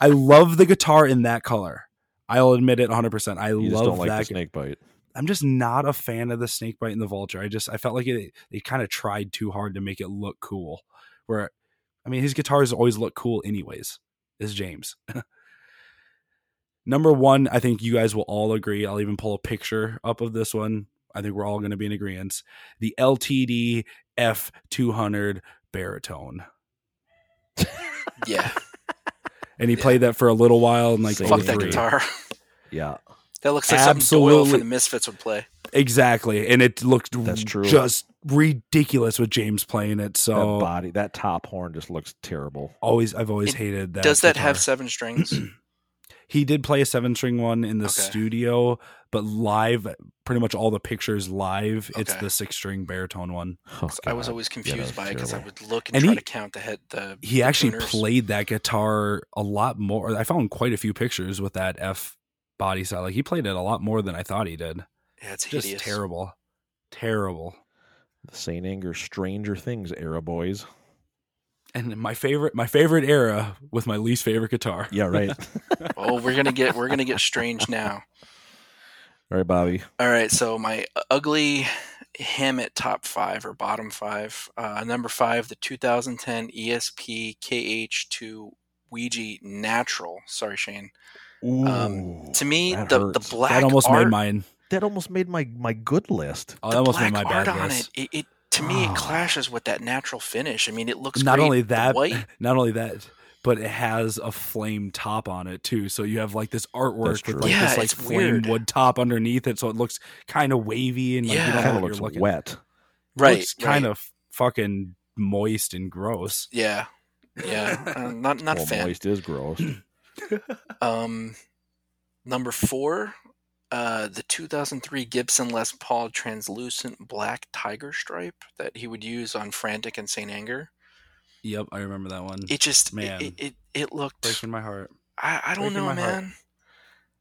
S: I love the guitar in that color. I'll admit it 100%. I
R: You
S: love
R: just don't
S: that
R: like the snake bite.
S: I'm just not a fan of the snake bite and the vulture. I just I felt like it they kind of tried too hard to make it look cool. Where I mean his guitars always look cool anyways. Is James. [LAUGHS] Number 1, I think you guys will all agree. I'll even pull a picture up of this one. I think we're all going to be in agreement. The LTD F200 baritone.
T: Yeah.
S: And he played that for a little while and [LAUGHS] like
T: Fuck that
S: 03.
T: guitar. [LAUGHS]
R: Yeah.
T: That looks like something Doyle
S: Absolutely.
T: from the Misfits would play.
S: Exactly, and it looked
R: That's true.
S: just ridiculous with James playing it.
R: That
S: So
R: body, that top horn just looks terrible.
S: always, I've always hated that.
T: Does that have
S: guitar.
T: seven
S: [CLEARS THROAT]
T: strings?
S: He did play a seven string one in the studio, but live, pretty much all the pictures live, it's
T: Okay.
S: the six string baritone one.
R: Oh,
T: I was always confused by it because I would look and,
S: And
T: try
S: he-
T: to count the head. The
S: He actually
T: tuners.
S: played that guitar a lot more. I found quite a few pictures with that F body side. Like he played it a lot more than I thought he did.
T: Yeah, it's
S: Just
T: hideous.
S: terrible, terrible.
R: The St. Anger Stranger Things era, boys.
S: And my favorite, my favorite era with my least favorite guitar.
R: Yeah, [LAUGHS] right. All
T: Oh, we're gonna get we're gonna get strange now.
R: right, Bobby.
T: All right, so my ugly Hammett top five or bottom five. Uh, number five, the 2010 ESP KH2 Ouija Natural. Sorry, Shane.
R: Ooh,
T: Um, to me,
R: that
T: the, the
R: hurts.
T: black
S: that almost
T: art,
S: made mine.
R: That almost made my my good list.
S: Oh,
T: the
S: that almost
T: black
S: made my
T: art
S: bad
T: on
S: list.
T: it, it, it to me it clashes with that natural finish. I mean, it looks
S: not
T: great,
S: only
T: the
S: that, [LAUGHS]
T: white.
S: not only that, but it has a flame top on it too. So you have like this artwork
R: true.
S: with like
T: Yeah,
S: this like
T: it's
S: flame
T: weird.
S: wood top underneath it, so it looks kind of wavy and like you
T: Yeah.
S: don't know
R: Kind
S: what
R: of looks
S: you're looking.
R: wet.
T: Right,
S: looks kind
T: right.
S: of fucking moist and gross.
T: Yeah, yeah.
S: [LAUGHS]
T: Uh, not not
R: well,
T: a fan.
R: moist is gross.
T: Um, number four, uh, the 2003 Gibson Les Paul translucent black tiger stripe that he would use on Frantic and Saint Anger.
S: Yep, I remember that one.
T: It just it-
S: Man.
T: It, it it looked.
S: Breaking my heart.
T: I, I don't
S: breaking
T: know,
S: my heart.
T: man.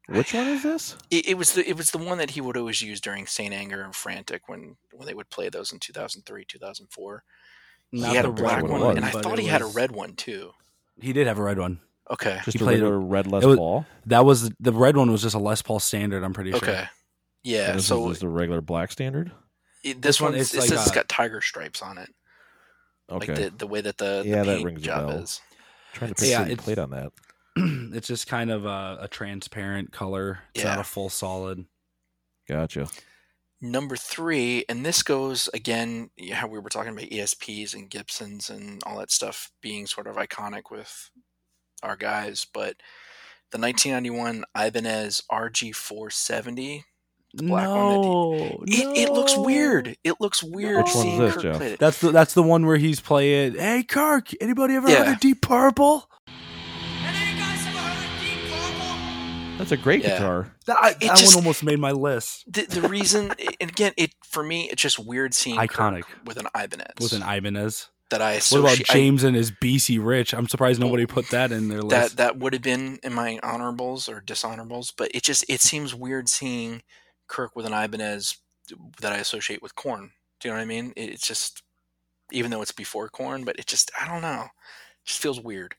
R: [CLEARS THROAT] Which one is this?
T: It, it was the it was the one that he would always use during Saint Anger and Frantic when when they would play those in 2003 2004.
S: Not
T: he had
S: the
T: a black
S: red
T: one,
R: one,
T: and I
S: but
T: thought
S: it
T: he had a
S: was-
T: red one too.
S: He did have a red one.
T: Okay.
R: Just a
S: played
R: regular red Les
S: it was-
R: Paul.
S: That was the red one was just a Les Paul standard. I'm pretty sure.
T: Okay.
R: And
T: Yeah.
R: this
T: So
R: is, this the regular black standard.
T: it,
S: this
T: this
S: one
T: one it
S: is
T: says
S: like
T: it's
S: a-
T: got tiger stripes on it,
R: Okay.
T: like the the way that the, the
R: Yeah, that
T: paint
R: rings a
T: job
R: bell.
T: is.
R: Trying to
T: it's-
R: picture
S: yeah,
R: yeah, you
S: it's-
R: played on that.
S: [CLEARS THROAT] it's just kind of a, a transparent color. It's not
T: Yeah.
S: a full solid.
R: Gotcha.
T: Number three, and this goes again you know, how we were talking about ESPs and Gibsons and all that stuff being sort of iconic with our guys, but the 1991 Ibanez RG470. The black one. That, it, it looks weird. It looks weird.
R: Which one's
T: seeing
R: this,
T: Kirk
R: Jeff?
T: play it.
S: That's the that's the one where he's playing. Hey, Kirk! Anybody ever heard
T: Yeah.
S: of Deep Purple?
R: That's a great
T: Yeah.
R: guitar.
S: That, I,
T: It
S: that
T: just-
S: one almost made my list
T: The, the reason, and again, it for me, it's just weird seeing Kirk
S: Iconic.
T: with an Ibanez.
S: with an Ibanez.
T: that I
S: What
T: associate.
S: about
T: I-
S: James and his BC Rich? I'm surprised nobody put that in their
T: that
S: list.
T: that would have been in my honorables or dishonorables, but it just it seems weird seeing Kirk with an Ibanez that I associate with corn. Do you know what I mean? It, it's just even though it's before corn, but it just I don't know. It just feels weird.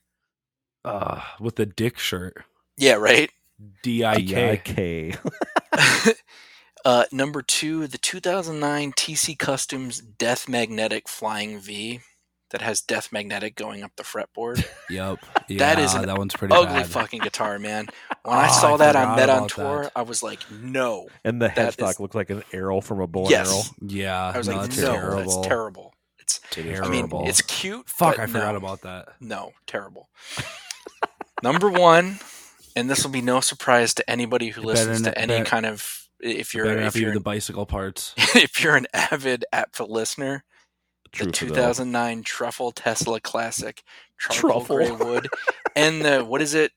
S: uh, with the Dick shirt,
T: Yeah, right.
S: D I
R: D-I-K.
S: K.
T: [LAUGHS] uh, number two, the 2009 TC Customs Death Magnetic Flying V that has Death Magnetic going up the fretboard.
S: Yep,
T: [LAUGHS] That is
S: Yeah,
T: an
S: that one's pretty
T: Ugly
S: bad.
T: fucking guitar,
S: [LAUGHS]
T: man. When
S: Ah,
T: I
S: I
T: saw that on
S: forgot
T: Met on
S: about
T: Tour,
S: that.
T: I was like, no.
R: and the
T: That
R: headstock
T: is-
R: looks like an arrow from a bow and
T: Yes.
R: arrow.
S: Yeah,
T: I was
S: Uh, no,
T: like,
S: that's
T: no,
S: terrible.
T: that's terrible. It's
S: Terrible.
T: I mean, it's cute.
S: Fuck,
T: but
S: I
T: no.
S: forgot about that.
T: No,
S: [LAUGHS]
T: terrible. Number one, and this will be no surprise to anybody who
S: It better
T: listens
S: not-
T: to any
S: bet-
T: kind of if
S: It
T: you're
S: better not
T: if
S: be
T: you're
S: the
T: an,
S: bicycle parts.
T: [LAUGHS] if you're an avid Apfa listener, the
R: True for that.
T: 2009 Truffle Tesla Classic, charcoal
R: Truffle.
T: gray
S: [LAUGHS]
T: wood, and the what is it?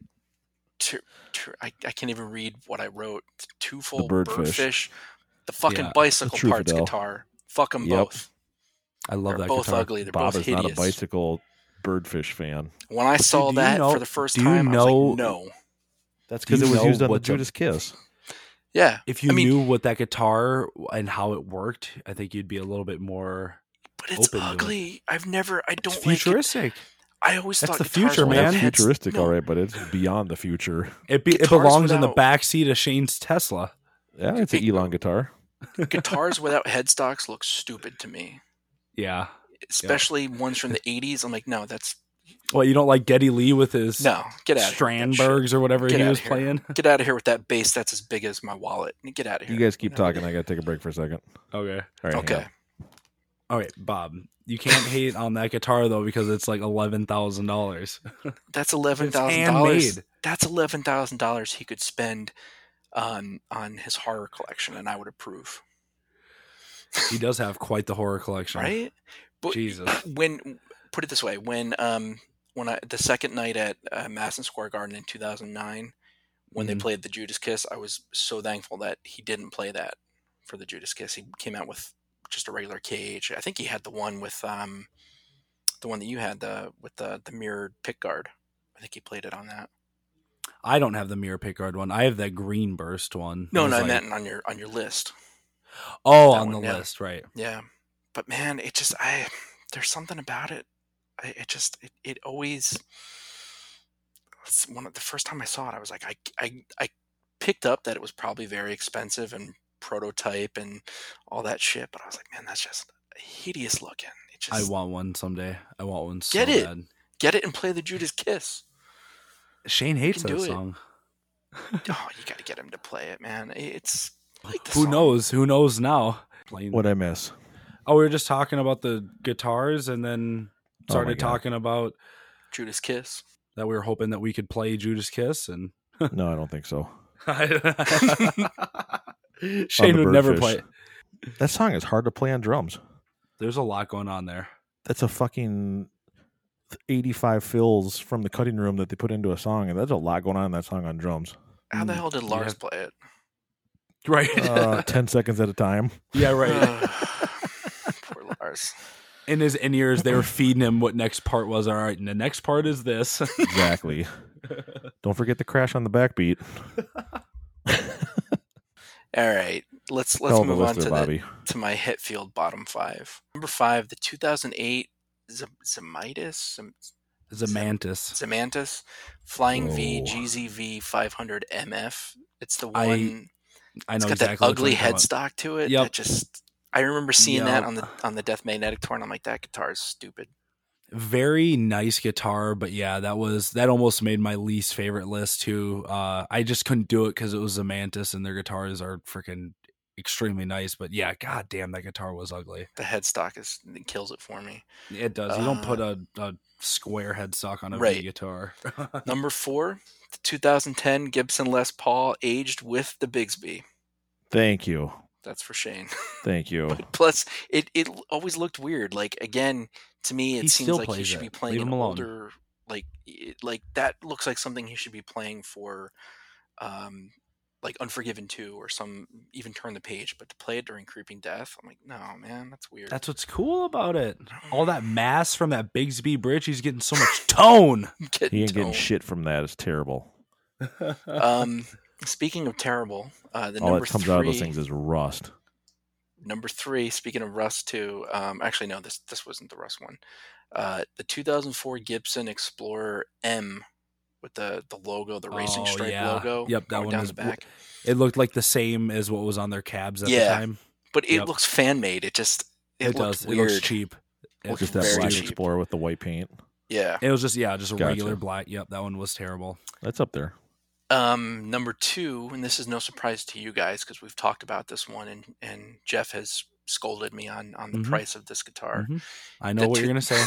T: Tur- tur- I, I can't even read what I wrote. Twofold
R: The birdfish.
T: birdfish, the fucking
S: Yeah,
T: bicycle
R: the
T: parts
R: Trufadel.
T: guitar. Fuck them
R: Yep.
T: both.
S: I love
T: They're
S: that
T: both
S: guitar.
T: ugly. They're
R: Bob
T: both
R: is
T: hideous.
R: not a bicycle birdfish fan.
T: When I saw
S: do you
T: that
S: know-
T: for the first
S: do you
T: time, I was
S: know-
T: like, no.
R: That's
S: Do
R: because
S: you
R: it was
S: know
R: used on the
S: what the-
R: Judas Kiss.
T: Yeah.
S: If you
T: I mean,
S: knew what that guitar and how it worked, I think you'd be a little bit more.
T: But it's
S: open to it.
T: ugly. I've never. I don't
S: It's
T: Oh, like it.
S: futuristic.
T: I always
S: That's
T: thought
S: the
T: guitars
S: future,
T: were-
S: man.
T: That's-
R: futuristic,
T: no.
R: all right, but it's beyond the future.
S: It be, it
T: Guitars
S: belongs in the
T: without-
S: back seat of Shane's Tesla.
R: Yeah, it's an Elon guitar.
T: guitars without headstocks look stupid to me,
S: [LAUGHS] Yeah.
T: especially ones from the '80s. I'm like, no, that's
S: Well, you don't like Getty Lee with his
T: no. Get out.
S: Strandbergs or whatever
T: Get
S: he
T: outta
S: was
T: here.
S: playing.
T: Get out of here with that bass. That's as big as my wallet. Get out of here.
R: You guys keep talking. I got to take a break for a second.
S: Okay.
R: All right. hang
T: okay.
R: on.
S: All right, Bob.
T: [LAUGHS]
S: You can't hate on that guitar though because it's like eleven thousand dollars.
T: That's eleven thousand dollars.
S: handmade.
T: That's eleven thousand dollars he could spend on on his horror collection, and I would approve.
S: He does have quite the horror collection,
T: Right? But
S: Jesus.
T: when put it this way, when um when I the second night at uh, Madison Square Garden in two thousand nine, when
S: Mhm.
T: they played the Judas Kiss, I was so thankful that he didn't play that for the Judas Kiss. He came out with just a regular cage. I think he had the one with um the one that you had the with the the mirrored pick guard. I think he played it on that.
S: I don't have the mirror pickguard one. I have that green burst one.
T: No,
S: It's
T: no, I
S: like-
T: meant on your on your list.
S: oh,
T: that
S: on
T: one,
S: the
T: yeah.
S: list, right?
T: Yeah, but man, it just I there's something about it. I, it just it, it always. It's one of the first time I saw it, I was like, I, I I picked up that it was probably very expensive and prototype and all that shit, but I was like, man, that's just hideous looking. It just
S: I want one someday. I want one. So
T: get it,
S: bad.
T: get it, and play the
S: [LAUGHS]
T: Judas Kiss.
S: Shane hates
T: can
S: that
T: do it.
S: song.
T: oh, you got to get him to play it, man. It's like the
S: Who
T: song.
S: knows? Who knows now? Playing-
R: What'd I [LAUGHS] miss?
S: Oh, we were just talking about the guitars, and then
R: Oh my
S: started
R: God.
S: talking about
T: Judas Kiss.
S: that we were hoping that we could play Judas Kiss, and [LAUGHS]
R: No, I don't think so.
S: Shane
R: On the
S: would never
R: Birdfish.
S: play. it.
R: That song is hard to play on drums.
S: There's a lot going on there. [LAUGHS]
R: That's a fucking 85 fills from the cutting room that they put into a song, and there's a lot going on in that song on drums.
T: How the hell did
S: Mm, yeah.
T: Lars play it?
S: Right.
R: [LAUGHS] Uh, 10 seconds at a time.
S: [LAUGHS] yeah,
T: Uh.
S: right.
T: [LAUGHS] Poor Lars.
S: In his in ears, they were feeding him what next part was. All right, and the next part is this. [LAUGHS]
R: Exactly. don't forget the crash on the backbeat.
T: All right, let's let's
R: Hell of a
T: move on
R: listener,
T: to
R: Bobby.
T: the, to my Hetfield bottom five. Number five, the 2008 Z- Zemitis, Zem-
S: Zamantis.
T: Zemantis, Flying V
R: Oh.
T: GZV 500 MF. It's the
S: I
T: one.
S: I
T: it's
S: know
T: got
S: exactly
T: that
S: which one
T: ugly
S: you're talking about.
T: headstock to it.
S: Yep.
T: That just I remember seeing that
S: Yep.
T: on the on the Death Magnetic tour, and I'm like, that guitar is stupid.
S: very nice guitar but yeah that was that almost made my least favorite list too uh i just couldn't do it because it was Zamantis and their guitars are freaking extremely nice but yeah god damn that guitar was ugly
T: The headstock is it kills it for me.
S: it does you don't put a, a square headstock on a V
T: Uh. Right.
S: guitar [LAUGHS]
T: Number four, the 2010 Gibson Les Paul, aged with the Bigsby.
R: Thank you.
T: That's for Shane.
R: Thank you.
T: [LAUGHS] Plus, it it always looked weird. Like again, to me, it
S: He
T: seems
S: still
T: like he
S: plays
T: should
S: it.
T: be playing an
S: Leave him alone.
T: older, like it, like that looks like something he should be playing for, um, like Unforgiven two or some even Turn the Page. But to play it during Creeping Death, I'm like, no, man, that's weird. [LAUGHS]
S: that's what's cool about it all that mass from that bigsby bridge he's getting so
T: [LAUGHS]
S: much tone
T: Get
R: He ain't getting
T: toned.
R: shit from that. It's terrible. [LAUGHS]
T: Um, speaking of terrible, uh, the
R: All
T: number
R: that comes
T: three,
R: out of those things is rust.
T: number three. Speaking of Rust two, um, actually no, this this wasn't the Rust one. Uh, the 2004 Gibson Explorer M with the the logo, the racing
S: Oh,
T: stripe
S: yeah.
T: logo.
S: Yep, that
T: going
S: one
T: down
S: was
T: the back.
S: it looked like the same as what was on their cabs at
T: Yeah.
S: the time
T: But it
S: Yep.
T: looks fan made. It just it,
S: it
T: looked
S: does it
T: weird.
S: looks cheap
T: Looks
R: Just that
T: very
R: black
T: cheap.
R: explorer with the white paint.
T: Yeah.
S: It was just yeah, just a
R: Gotcha.
S: regular black. Yep, that one was terrible.
R: That's up there.
T: Um, number two, and this is no surprise to you guys because we've talked about this one, and and Jeff has scolded me on on the
S: Mhm.
T: price of this guitar.
S: Mhm. I know
T: The
S: what
T: two-
S: you're gonna say.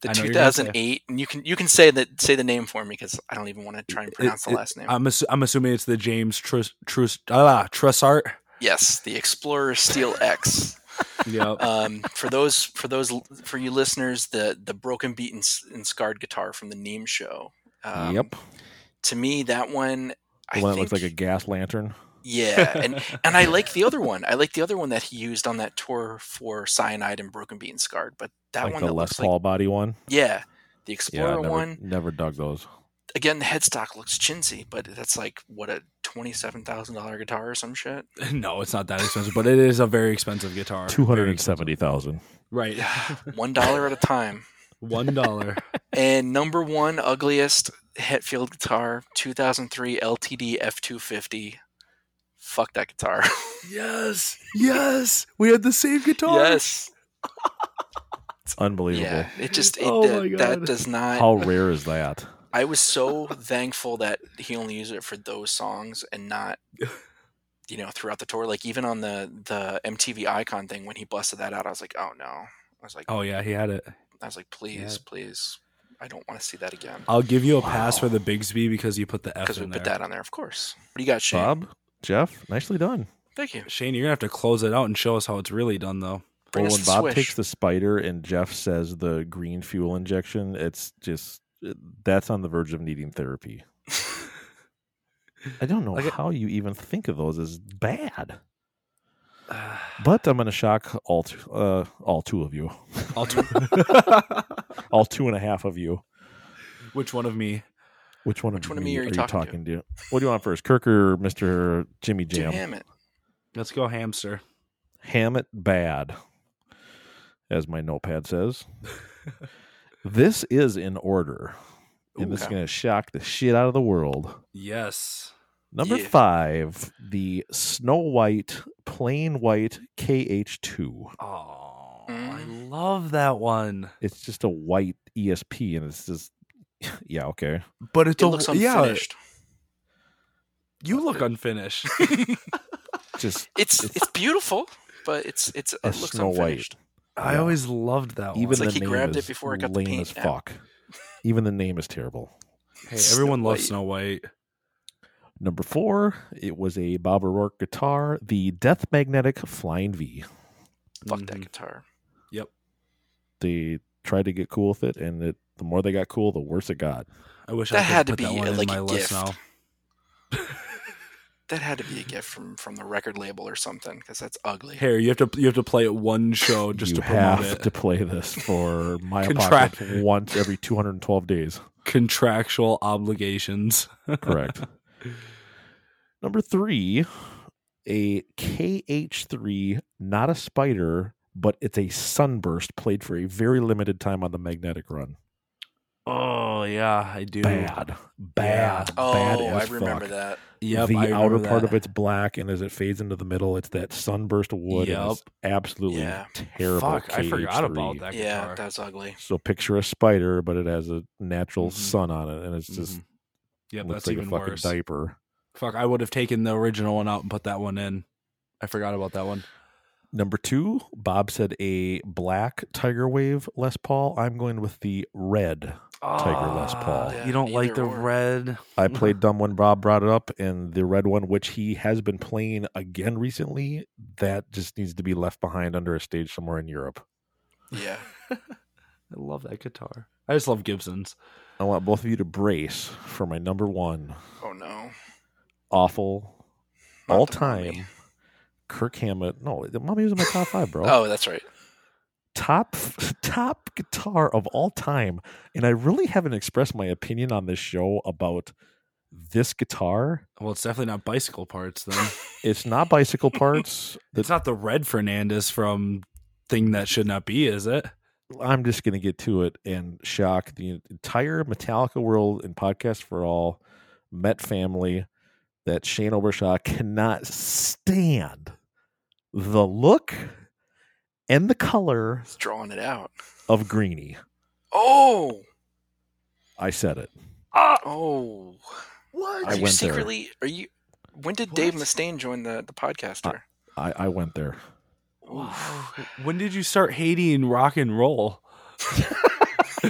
T: The
S: I know what you're gonna say.
T: 2008, and you can you can say that say the name for me because I don't even want to try and pronounce
S: It-
T: the
S: it-
T: last name.
S: I'm assu- I'm assuming it's the James Trus Trus ah, Trussart.
T: Yes, the Explorer Steel X.
S: Yep.
T: Um, for those for those for you listeners, the the broken, beaten, s- and scarred guitar from the Neem show. Um,
R: yep.
T: To me, that one. I
R: The one that
T: think,
R: looks like a gas lantern.
T: yeah,
R: [LAUGHS]
T: and and I like the other one. I like the other one that he used on that tour for Cyanide and Broken, Beaten, Scarred. But that
R: like
T: one
R: the
T: that
R: Les
T: looks
R: Paul
T: like
R: body one.
T: yeah, the
R: Yeah, I
T: Explorer
R: never,
T: one.
R: never dug those.
T: again, the headstock looks chintzy, but that's like what a twenty-seven thousand dollar guitar or some shit.
S: [LAUGHS] no, it's not that expensive, but it is a very expensive guitar.
R: Two hundred and seventy thousand.
S: Right,
T: one dollar at a time.
S: One dollar.
T: and number one ugliest Hetfield guitar, 2003 LTD F250. Fuck that guitar.
S: yes, yes, we had the same guitar.
T: Yes.
R: it's unbelievable. Yeah,
T: it just it, oh uh, that does not.
R: How rare is that?
T: I was so thankful that he only used it for those songs and not, you know, throughout the tour. Like even on the the MTV Icon thing when he busted that out, I was like, oh no. I was like,
S: oh yeah, he had it.
T: I was like, please, yeah. please, I don't want to see that again.
S: I'll give you a wow. pass for the Bigsby because you put the F. Because
T: we
S: there.
T: put that on there, of course. What do you got, Shane?
R: Bob, Jeff, nicely done.
T: Thank you,
S: Shane. You're gonna have to close it out and show us how it's really done, though.
T: Bring
R: well,
T: us
R: when Bob
T: swish.
R: takes the spider and Jeff says the green fuel injection, it's just that's on the verge of needing therapy. I don't know
T: [LAUGHS]
R: like how it, you even think of those
T: [SIGHS]
R: as bad. Uh, but I'm going to shock all two, uh, all two of you, [LAUGHS]
S: all two,
R: all two and a half of you.
S: Which one of me?
R: Which one,
T: Which
R: of,
T: one
R: me
T: of me
R: are you,
T: are talking, you talking to?
R: to? What do you want first, Kirk or Mister Jimmy Jam?
T: Jam it.
S: Let's go hamster.
R: Ham it bad, as my
T: [LAUGHS]
R: notepad says. this is in order, and Ooh, this okay. is going to shock the shit out of the world.
S: Yes.
R: Number yeah. five, the Snow White, plain white KH2.
S: Oh, I love that one.
R: It's just a white ESP, and it's just, [LAUGHS] yeah, okay.
S: But it's
T: it a, looks unfinished.
S: Yeah, you look [LAUGHS] unfinished.
R: just
T: it's, it's, it's beautiful, but it's it's it looks
R: Snow
T: unfinished.
S: White. I yeah. always loved that one.
R: Even
T: Oh, it's
R: the
T: like he
R: name
T: grabbed
R: is
T: it before it got the paint
R: as fuck. Even the name is terrible.
S: Hey, everyone Snow loves White. Snow White.
R: Number four, it was a Bob O'Rourke guitar, the Death Magnetic Flying V.
T: Fuck
S: Mm-hmm.
T: that guitar.
S: Yep.
R: They tried to get cool with it, and it, the more they got cool, the worse it got.
S: I wish
T: that
S: I
T: had
S: to
T: be
S: that one
T: like
S: in my
T: a
S: list
T: gift.
S: now.
T: that had to be a gift from from the record label or something, because that's ugly.
S: Here, you have to you have to play it one
R: [LAUGHS]
S: show just
R: you
S: to
R: have
S: it.
R: to play this
S: [LAUGHS]
R: for my Contract- apocalypse once every two hundred and twelve days.
S: Contractual obligations. [LAUGHS]
R: Correct. Number three, a KH3, not a spider, but it's a sunburst played for a very limited time on the magnetic run.
S: Oh yeah, I do.
R: Bad, bad,
T: oh,
R: bad
T: I remember fuck. that.
S: Yep,
R: the
S: I
R: outer
S: that.
R: part of it's black, and as it fades into the middle, it's that sunburst wood. Yep, absolutely
T: yeah.
R: terrible.
S: Fuck,
R: KH3.
S: I forgot about that.
T: Yeah,
S: guitar.
T: that's ugly.
R: So picture a spider, but it has a natural mm-hmm. sun on it, and it's just mm
S: mm-hmm. yep,
R: looks
S: that's
R: like
S: even
R: a fucking
S: worse.
R: diaper.
S: Fuck, I would have taken the original one out and put that one in. I forgot about that one.
R: Number two, Bob said a black Tiger Wave Les Paul. I'm going with the red oh, Tiger Les Paul.
S: Ah, Yeah, you don't like the or. red.
R: I played dumb when Bob brought it up, and the red one, which he has been playing again recently, that just needs to be left behind under a stage somewhere in Europe.
T: Yeah.
S: I love that guitar. I just love Gibsons.
R: I want both of you to brace for my number one.
T: Oh, no
R: awful Not all time. Mommy. Kirk Hammett. No, the mommy was in my top five, bro.
T: oh, that's right.
R: Top top guitar of all time, and I really haven't expressed my opinion on this show about this guitar.
S: Well, it's definitely not bicycle parts. [LAUGHS] Then
R: it's not bicycle parts.
S: it's not the red Fernandez from thing that should not be, is it?
R: I'm just gonna get to it and shock the entire Metallica world and podcast for all Met family that Shane Obershaw [LAUGHS] cannot stand the look and the color.
T: He's drawing it out
R: of Greeny.
T: Oh,
R: I said it.
T: Uh, oh,
S: what?
T: Are
R: I
T: you
R: went
T: secretly?
R: There.
T: Are you? When did what? Dave Mustaine join the the podcaster?
R: I, I, I went there.
S: Wow. when did you start hating rock and roll?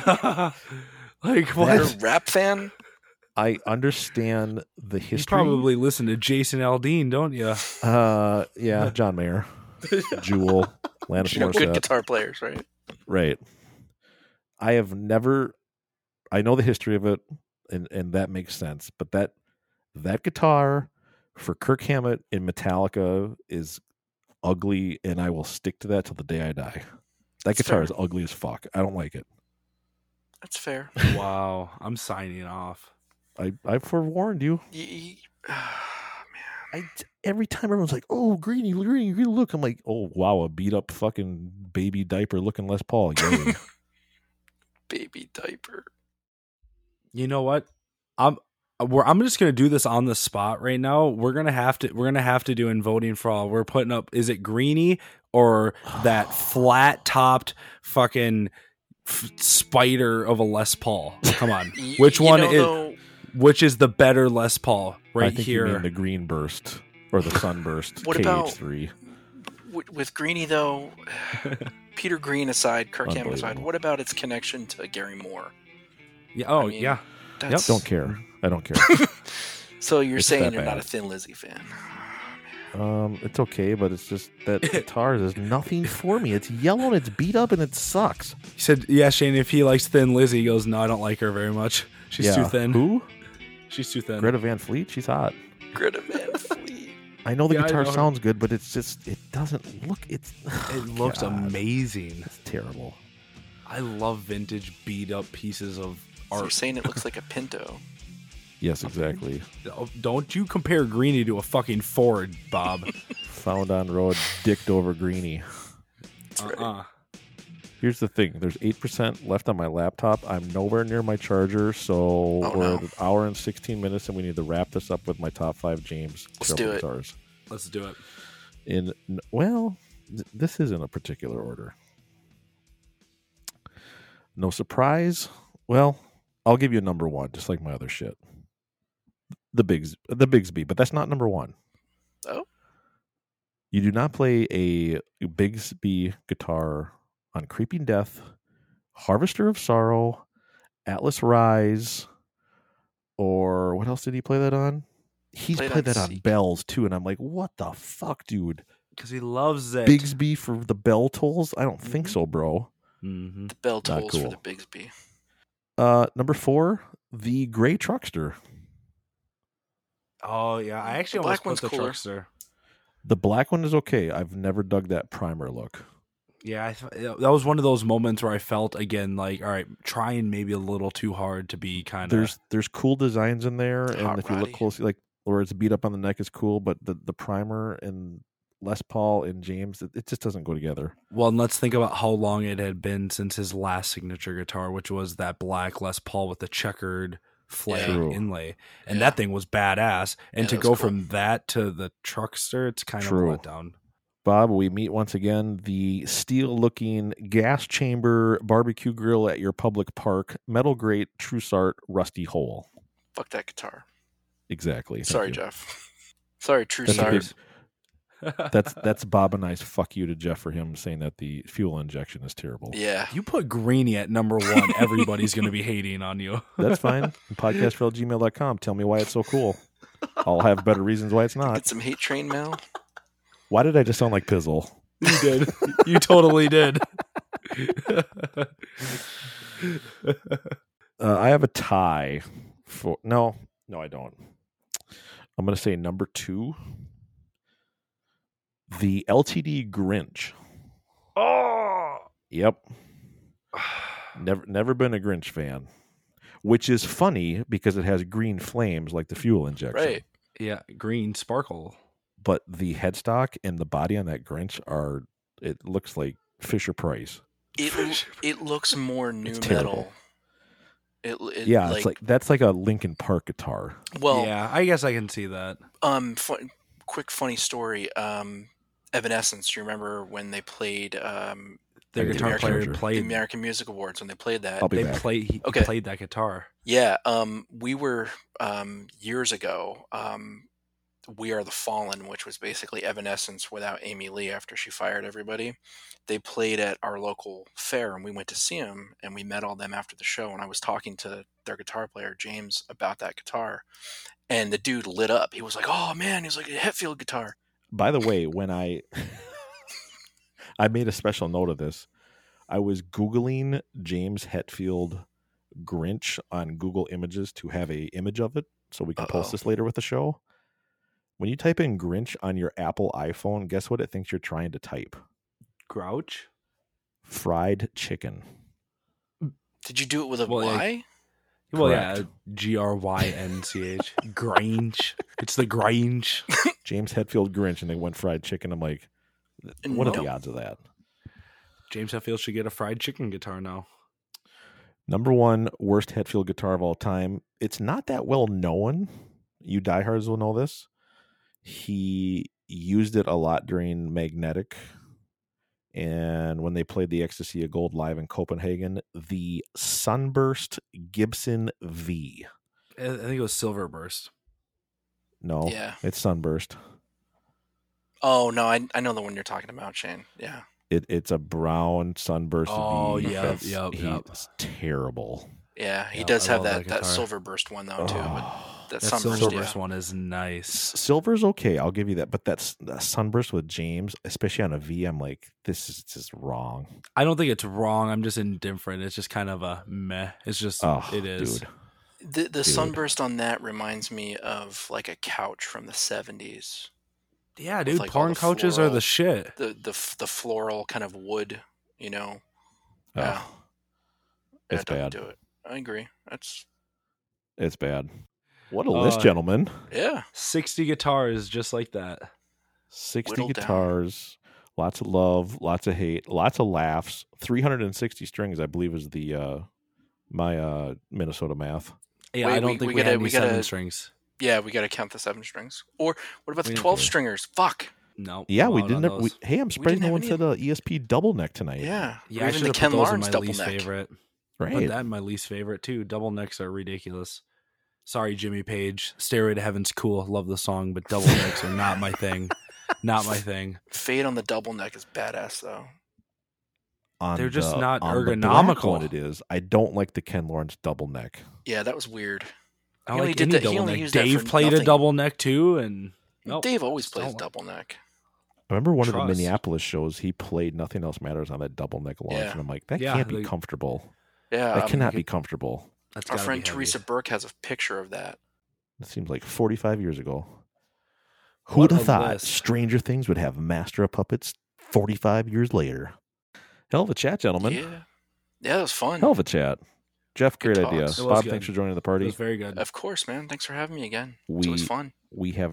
S: [LAUGHS] like what?
T: You're a rap fan?
R: I understand the history. You
S: probably listen to Jason Aldean, don't [LAUGHS] you?
R: Uh, yeah, John Mayer, Jewel, Lana
T: Good
R: Morissette.
T: guitar players, right?
R: Right. I have never. I know the history of it, and and that makes sense. But that that guitar for Kirk Hammett in Metallica is ugly, and I will stick to that till the day I die. That
T: That's
R: guitar
T: fair.
R: is ugly as fuck. I don't like it.
T: That's fair.
S: Wow, I'm signing off.
R: I I forewarned you.
T: Y- y-
R: I every time everyone's like, "Oh, greeny, greeny, greeny, look!" I'm like, "Oh, wow, a beat up fucking baby diaper looking Les Paul."
T: [LAUGHS]
R: Yay.
T: baby diaper.
S: You know what? I'm we're, I'm just gonna do this on the spot right now. We're gonna have to we're gonna have to do in voting for all. We're putting up is it greeny or that flat topped fucking f- spider of a Les Paul? Come
T: [LAUGHS]
S: on, which
T: You
S: one
T: know,
S: is?
T: though-
S: Which is the better Les Paul right
R: I think
S: here?
R: you mean the green burst or the sunburst.
T: What about-
R: KH3.
T: With, with Greeny
R: [LAUGHS]
T: though, Peter Green aside, Kirk Hammett aside, what about its connection to Gary Moore?
S: Yeah, oh
T: mean,
S: yeah. Yep.
T: that's-
R: Don't care. I don't care.
T: So you're
R: It's
T: saying
R: that
T: you're not a
R: bad.
T: Thin Lizzy fan? [LAUGHS]
R: um, it's okay, but it's just that guitar does nothing for me. It's yellow and it's beat up and it sucks.
S: He said, "Yeah, Shane. If he likes Thin Lizzy, he goes, no, I don't like her very much. She's
R: Yeah.
S: too thin.
R: Who?
S: She's too thin.
R: Greta Van Fleet. She's hot.
T: Greta Van Fleet.
R: I know the
S: Yeah, I
R: guitar
S: know her.
R: sounds good, but it's just it doesn't look. It's [SIGHS]
S: It looks amazing.
R: It's terrible.
S: I love vintage beat up pieces of
T: So you're
S: art.
T: saying it looks like a Pinto?
R: Yes, exactly.
S: Oh, Don't you compare Greeny to a fucking Ford, [LAUGHS] Bob?
R: Found on road, dicked over greenie.
S: uh-uh.
R: Here's the thing. There's eight percent left on my laptop. I'm nowhere near my charger, so we're at an hour and sixteen minutes, and we need to wrap this up with my top five James
T: Let's
R: Trouble
T: do it.
R: guitars.
S: Let's do it.
R: In n- well, th- this is in a particular order. No surprise. Well, I'll give you a number one, just like my other shit. The Bigs, the Bigsby, but that's not number one.
T: Oh,
R: You do not play a Bigsby guitar on Creeping Death, Harvester of Sorrow, Atlas Rise, or what else did he play that on? He's
S: Played
R: played,
S: on
R: that on bells too, and I'm like, what the fuck, dude?
S: Because he loves it.
R: Bigsby for the bell tolls? I don't think so, bro.
S: Mm-hmm.
T: the bell
R: Not
T: tolls
R: cool.
T: for the Bigsby.
R: Uh, number four, the Gray Truckster.
S: Oh yeah, I actually
T: The
S: almost
T: black
S: put the
T: one's cooler.
S: truckster.
R: The black one is okay. I've never dug that primer look.
S: Yeah, I th- that was one of those moments where I felt again like, all right, trying maybe a little too hard to be kind of.
R: there's there's cool designs in there, and if you look
T: Alrighty.
R: closely, like where it's beat up on the neck is cool, but the the primer and Les Paul and James, it, it just doesn't go together.
S: Well, and let's think about how long it had been since his last signature guitar, which was that black Les Paul with the checkered flag
R: True.
S: inlay, and
T: Yeah.
S: that thing was badass. And
T: Yeah,
S: to
T: that
S: go
T: was cool.
S: from that to the truckster, it's kind
R: True.
S: of a letdown.
R: Bob, we meet once again the steel looking gas chamber barbecue grill at your public park, metal grate, Trussart, rusty hole.
T: Fuck that guitar.
R: Exactly. Thank
T: Sorry,
R: you.
T: Jeff. [LAUGHS] Sorry, true
R: That's a
T: sorry.
R: big- That's that's Bob and I's fuck you to Jeff for him saying that the fuel injection is terrible.
T: Yeah.
S: You put Greeny at number one, everybody's going to be hating on you.
R: That's fine. Podcastfellgmail.com. Tell me why it's so cool. I'll have better reasons why it's not.
T: Get some hate train mail.
R: Why did I just sound like Pizzle?
S: [LAUGHS] You did. You totally did.
R: Uh, I have a tie for no, no, I don't. I'm gonna say number two, the LTD Grinch.
S: oh,
R: Yep, never, never been a Grinch fan, which is funny because it has green flames like the fuel injection.
T: Right.
S: yeah, green sparkle.
R: But the headstock and the body on that Grinch are it looks like Fisher Price.
T: It l- it looks more new metal.
R: terrible.
T: It, l- it
R: yeah,
T: like,
R: it's like that's like a Linkin Park guitar.
T: well,
S: yeah, I guess I can see that.
T: um, fun, quick funny story. Um, Evanescence. Do you remember when they played um
S: Their
R: I can see
S: guitar
R: that
S: player
R: charger.
T: the
S: played.
T: American Music Awards when Uh, they played that?
R: I'll be
S: they
R: back.
S: play. He
T: Okay.
S: played that guitar.
T: Yeah, um, we were um, years ago. Um, we are the Fallen, which was basically Evanescence without Amy Lee after she fired everybody. They played at our local fair, and we went to see them, and we met all them after the show. And I was talking to their guitar player James about that guitar, and the dude lit up. He was like, "Oh man!" He's like, "A Hetfield guitar."
R: By the way, when I [LAUGHS] I made a special note of this, I was googling James Hetfield Grinch on Google Images to have a image of it so we can
T: Uh-oh.
R: post this later with the show. When you type in Grinch on your Apple iPhone, guess what it thinks you're trying to type?
S: Grouch.
R: Fried chicken.
T: Did you do it with a Y?
S: Well, yeah, Well, yeah, G R Y N C H. Grange. It's the Grange.
R: James Hetfield Grinch, and they went fried chicken. I'm like, what are the odds of that?
S: James Hetfield should get a fried chicken guitar now.
R: Number one worst Hetfield guitar of all time. It's not that well known. You diehards will know this. He used it a lot during Magnetic. And when they played the Ecstasy of Gold live in Copenhagen, the Sunburst Gibson V.
S: I think it was Silverburst.
R: No, yeah. it's Sunburst.
T: Oh no, I I know the one you're talking about, Shane. Yeah.
R: It, it's a brown sunburst.
S: Oh yeah, yeah, yeah.
R: terrible.
T: Yeah, he yep, does I have that that, that silver burst one though too. Oh,
S: that, that sunburst, silverburst yeah. one is nice.
R: Silver's okay, I'll give you that. But that's that sunburst with James, especially on a V, I'm like, this is just wrong.
S: I don't think it's wrong. I'm just indifferent. It's just kind of a meh. It's just oh, it is.
T: Dude. The the dude. sunburst on that reminds me of like a couch from the 70s.
S: Yeah, dude, like porn couches floral, are the shit.
T: The the the floral kind of wood, you know. Oh, yeah,
R: it's yeah, bad.
T: Do it. I agree. That's
R: it's bad. What a uh, list, gentlemen.
T: Yeah,
S: sixty guitars just like that.
R: Sixty Whittled guitars. Down. Lots of love, lots of hate, lots of laughs. Three hundred and sixty strings, I believe, is the uh, my uh, Minnesota math.
S: Yeah, Wait, I don't we, think we, we gotta, we gotta, seven strings.
T: Yeah, we got to count the seven strings. Or what about the twelve stringers? Fuck.
S: No.
R: Yeah, we didn't. Have, we, hey, I'm surprised no one said uh, ESP double neck tonight.
T: Yeah, yeah. Even the Ken Lawrence double neck.
S: Favorite.
R: Right.
S: Put that my least favorite too. Double necks are ridiculous. Sorry, Jimmy Page. Stairway to Heaven's cool. Love the song, but double necks are not my thing. Not my [LAUGHS] thing.
T: Fade on the double neck is badass though.
R: On
S: They're just the, not ergonomical.
R: The it is. I don't like the Ken Lawrence double neck.
T: Yeah, that was weird.
S: I he only like did that. Double neck. Dave played nothing. a double neck too, and
T: nope, Dave always plays like. double neck.
R: I remember one Trust. of the Minneapolis shows. He played "Nothing Else Matters" on that double neck launch, yeah. and I'm like, that yeah, can't be like, comfortable.
T: Yeah, um,
R: that cannot be comfortable.
T: Our friend Teresa Burke has a picture of that.
R: It seems like 45 years ago. Who'd have thought list. Stranger Things would have Master of Puppets 45 years later? Hell of a chat, gentlemen.
T: Yeah, yeah, that was fun.
R: Hell of a chat. Jeff, great idea. Bob, good. thanks for joining the party.
S: very good.
T: Of course, man. Thanks for having me again. We, it's always fun.
R: We have.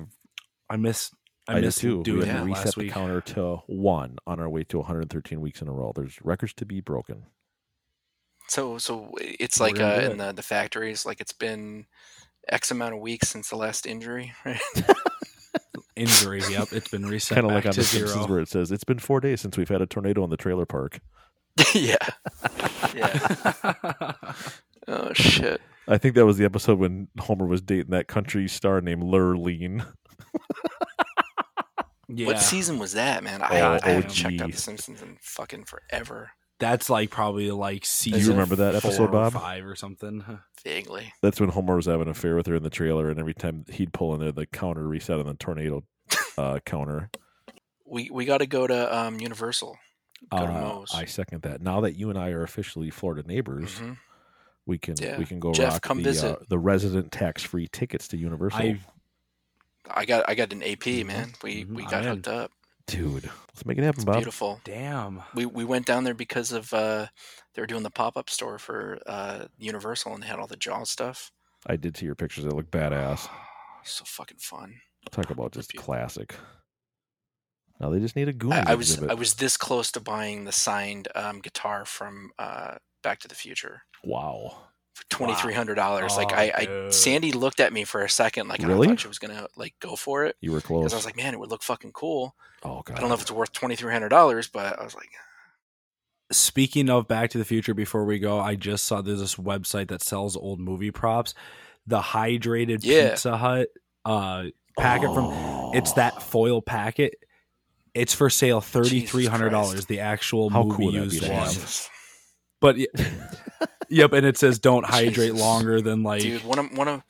S: I miss. I, I miss
R: too.
S: Doing
R: we yeah, reset the week. counter to one on our way to 113 weeks in a row. There's records to be broken.
T: So, so it's like uh, in the the factories, like it's been X amount of weeks since the last injury, [LAUGHS] right?
S: injury. Yep, it's
R: [LAUGHS]
S: been reset. Kind of like on the zero. Simpsons
R: where it says it's been four days since we've had a tornado in the trailer park.
T: yeah. Yeah.
S: [LAUGHS]
T: oh shit.
R: I think that was the episode when Homer was dating that country star named Lurleen.
T: yeah. What season was that, man? I, oh, I haven't OG. checked out The Simpsons in fucking forever.
S: That's like probably like season.
R: Do you remember that episode, Bob?
S: Five or something. [LAUGHS]
T: Vaguely.
R: [LAUGHS] That's when Homer was having an affair with her in the trailer, and every time he'd pull in there, the counter reset on
T: [LAUGHS]
R: the tornado uh, counter.
T: We we got to go to um, Universal.
R: Uh, I second that. Now that you and I are officially Florida neighbors, mm-hmm. we can yeah. we can go
T: Jeff,
R: rock the, uh, the resident tax free tickets to Universal.
T: I, I, got I got an AP man. We we got hooked up,
R: dude. Let's make it happen,
T: it's
R: Bob.
T: Beautiful.
S: Damn.
T: We we went down there because of uh, they were doing the pop up store for uh, Universal and they had all the Jaws stuff.
R: I did see your pictures. They look badass.
T: so fucking fun.
R: Talk about just classic. No, they just need a Goonies.
T: I, I was
R: exhibit.
T: I was this close to buying the signed um, guitar from uh, Back to the Future.
R: Wow.
T: For twenty three hundred dollars, wow. like oh, I, I, Sandy looked at me for a second, like
R: really?
T: I thought she was gonna like go for it.
R: You were close. Because
T: I was like, man, it would look fucking cool.
R: Oh god.
T: I don't know if it's worth twenty three hundred dollars, but I was like.
S: Speaking of Back to the Future, before we go, I just saw there's this website that sells old movie props. The hydrated
T: yeah.
S: Pizza Hut uh, packet oh. from it's that foil packet. It's for sale thirty three hundred dollars. The actual
R: How
S: movie
R: cool
S: used
R: one.
S: But yep, and it says don't hydrate Jesus. longer than like
T: dude. One of one of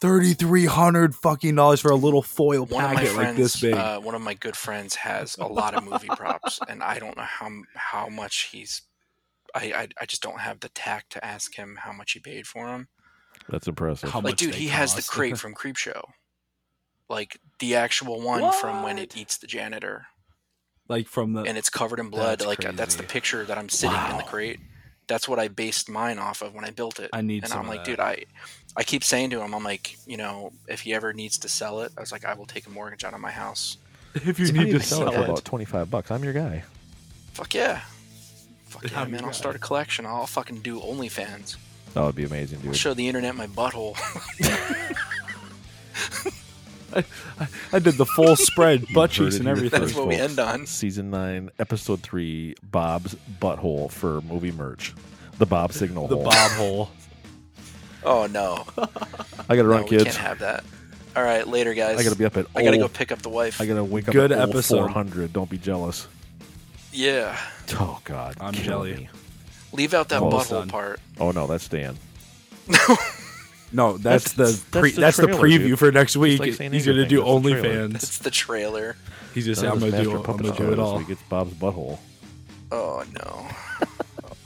S: thirty three hundred fucking dollars for a little foil packet
T: friends,
S: like this big.
T: Uh, one of my good friends has a lot of movie props, and I don't know how how much he's. I, I, I just don't have the tact to ask him how much he paid for them.
R: That's impressive.
T: How like, dude, he cost. has the
S: [LAUGHS]
T: crate from Creepshow like the actual one what? from when it eats the janitor
S: like from the [LAUGHS]
T: uh, and it's covered in blood that's like crazy. that's the picture that i'm sitting wow. in the crate that's what I based mine off of when I built it.
S: I need
T: and
S: some
T: I'm
S: of
T: like,
S: that.
T: dude, I I keep saying to him, I'm like, you know, if he ever needs to sell it, I was like, I will take a mortgage out on my house.
R: If you
T: So
R: need
T: I
R: to sell it for
T: that.
R: about twenty five bucks, I'm your guy.
T: Fuck yeah. Fuck yeah,
S: I'm
T: man. I'll
S: glad.
T: start a collection. I'll fucking do OnlyFans.
R: That would be amazing,
T: I'll
R: dude.
T: show the internet my butthole. [LAUGHS]
R: I did the full spread,
S: butt cheeks and everything.
T: That's what we end on.
R: Season nine, episode three, Bob's butthole for movie merch. The Bob signal
S: The
R: hole.
S: Bob hole.
T: Oh
R: [LAUGHS]
T: no.
R: I gotta run,
T: no,
R: kids.
T: We can't have that. All right, later, guys.
R: I gotta be up at.
T: I gotta
R: oh-
T: go pick up the wife.
R: I gotta wake up.
S: Good
R: at oh
S: episode.
R: 400. Don't be jealous.
T: Yeah.
R: Oh God,
S: I'm
R: kill
S: jelly.
R: me.
T: Leave out that
R: Almost
T: butthole
R: done.
T: part.
R: Oh no, that's Dan.
S: No, that's,
R: That's-
S: the pre-
R: that's the
S: that's the
R: trailer,
S: preview
R: dude.
S: for next
R: Just
S: week.
R: like San
S: He's
R: Diego
S: gonna
R: thing,
S: do
R: that's the trailer.
T: It's
S: OnlyFans.
T: the trailer.
S: He's just
R: None
S: I'm
R: of this
S: gonna do
R: master
S: I'm gonna
R: puppet
S: do
R: show
S: it
R: this
S: all.
R: week. It's Bob's butthole.
T: Oh no.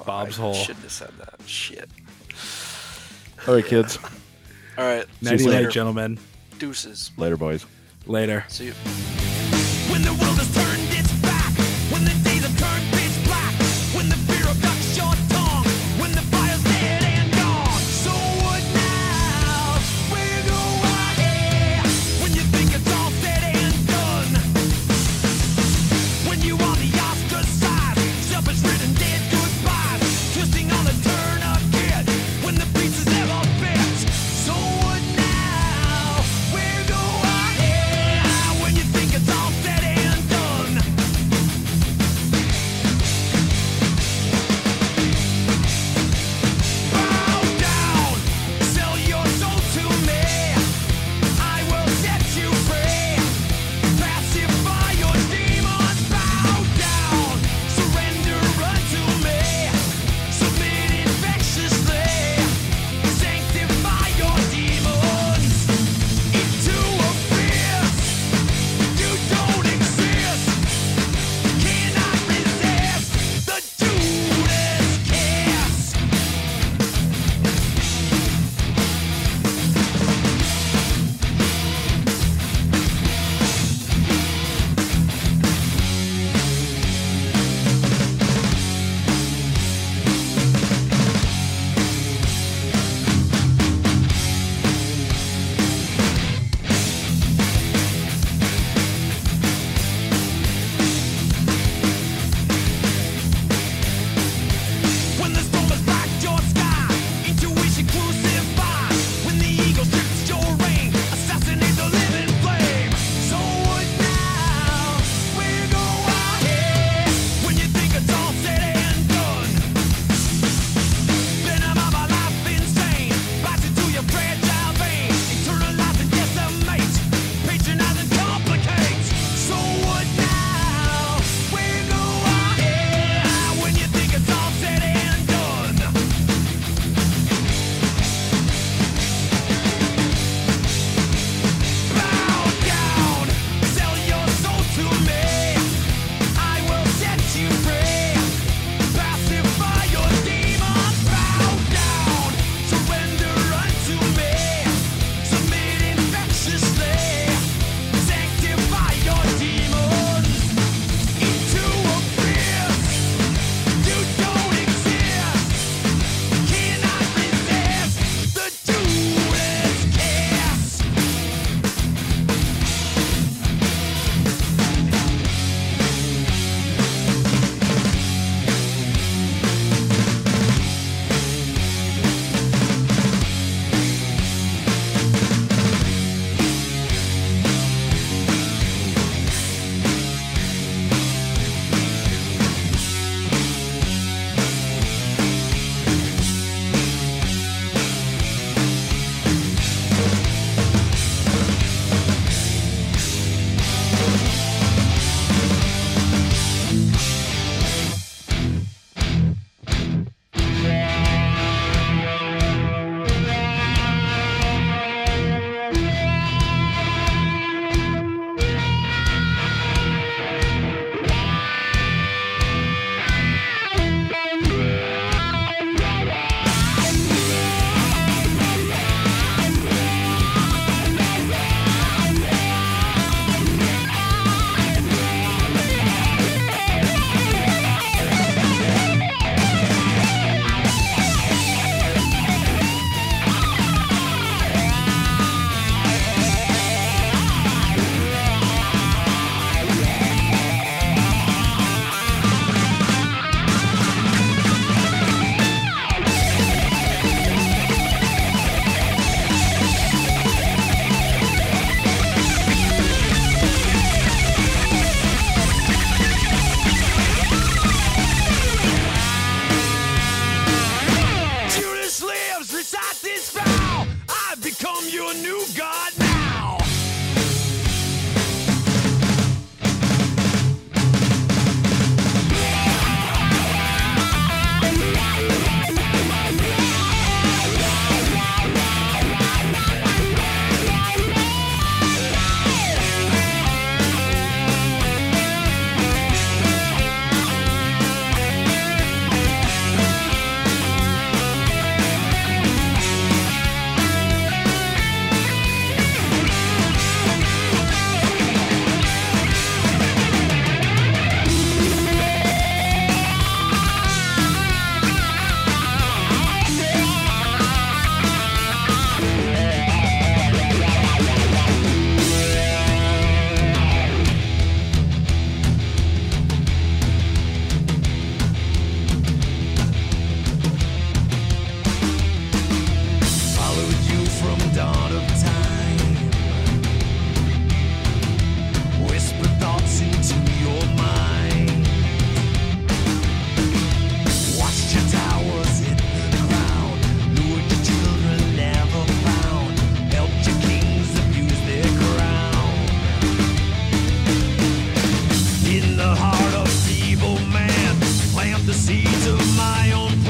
S: Bob's
T: I
S: hole.
T: Shouldn't have said that. Shit.
R: All right, kids.
T: All right.
S: Nighty
T: later.
S: night, gentlemen.
T: Deuces.
R: Later, boys.
S: Later.
T: See you.
B: When the world has turned its back, when the days have turned pitch black, when the fear of ducks your tongue, when the fire's dead and gone. So what now? Where go I here? When you think it's all said and done, when you are the ostracized, selfish ridden dead goodbyes, twisting on the tourniquet, when the pieces never fit. So what now? Where go I here? When you think it's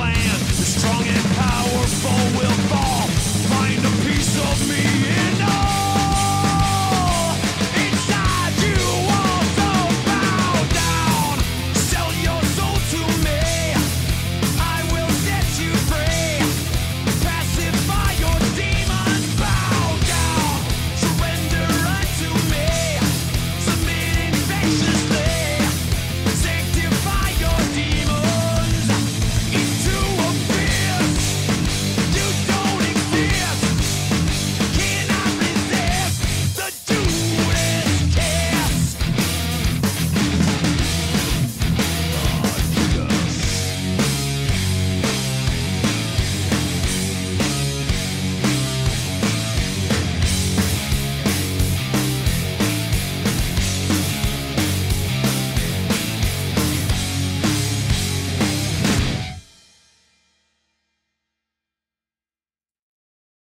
S: Target.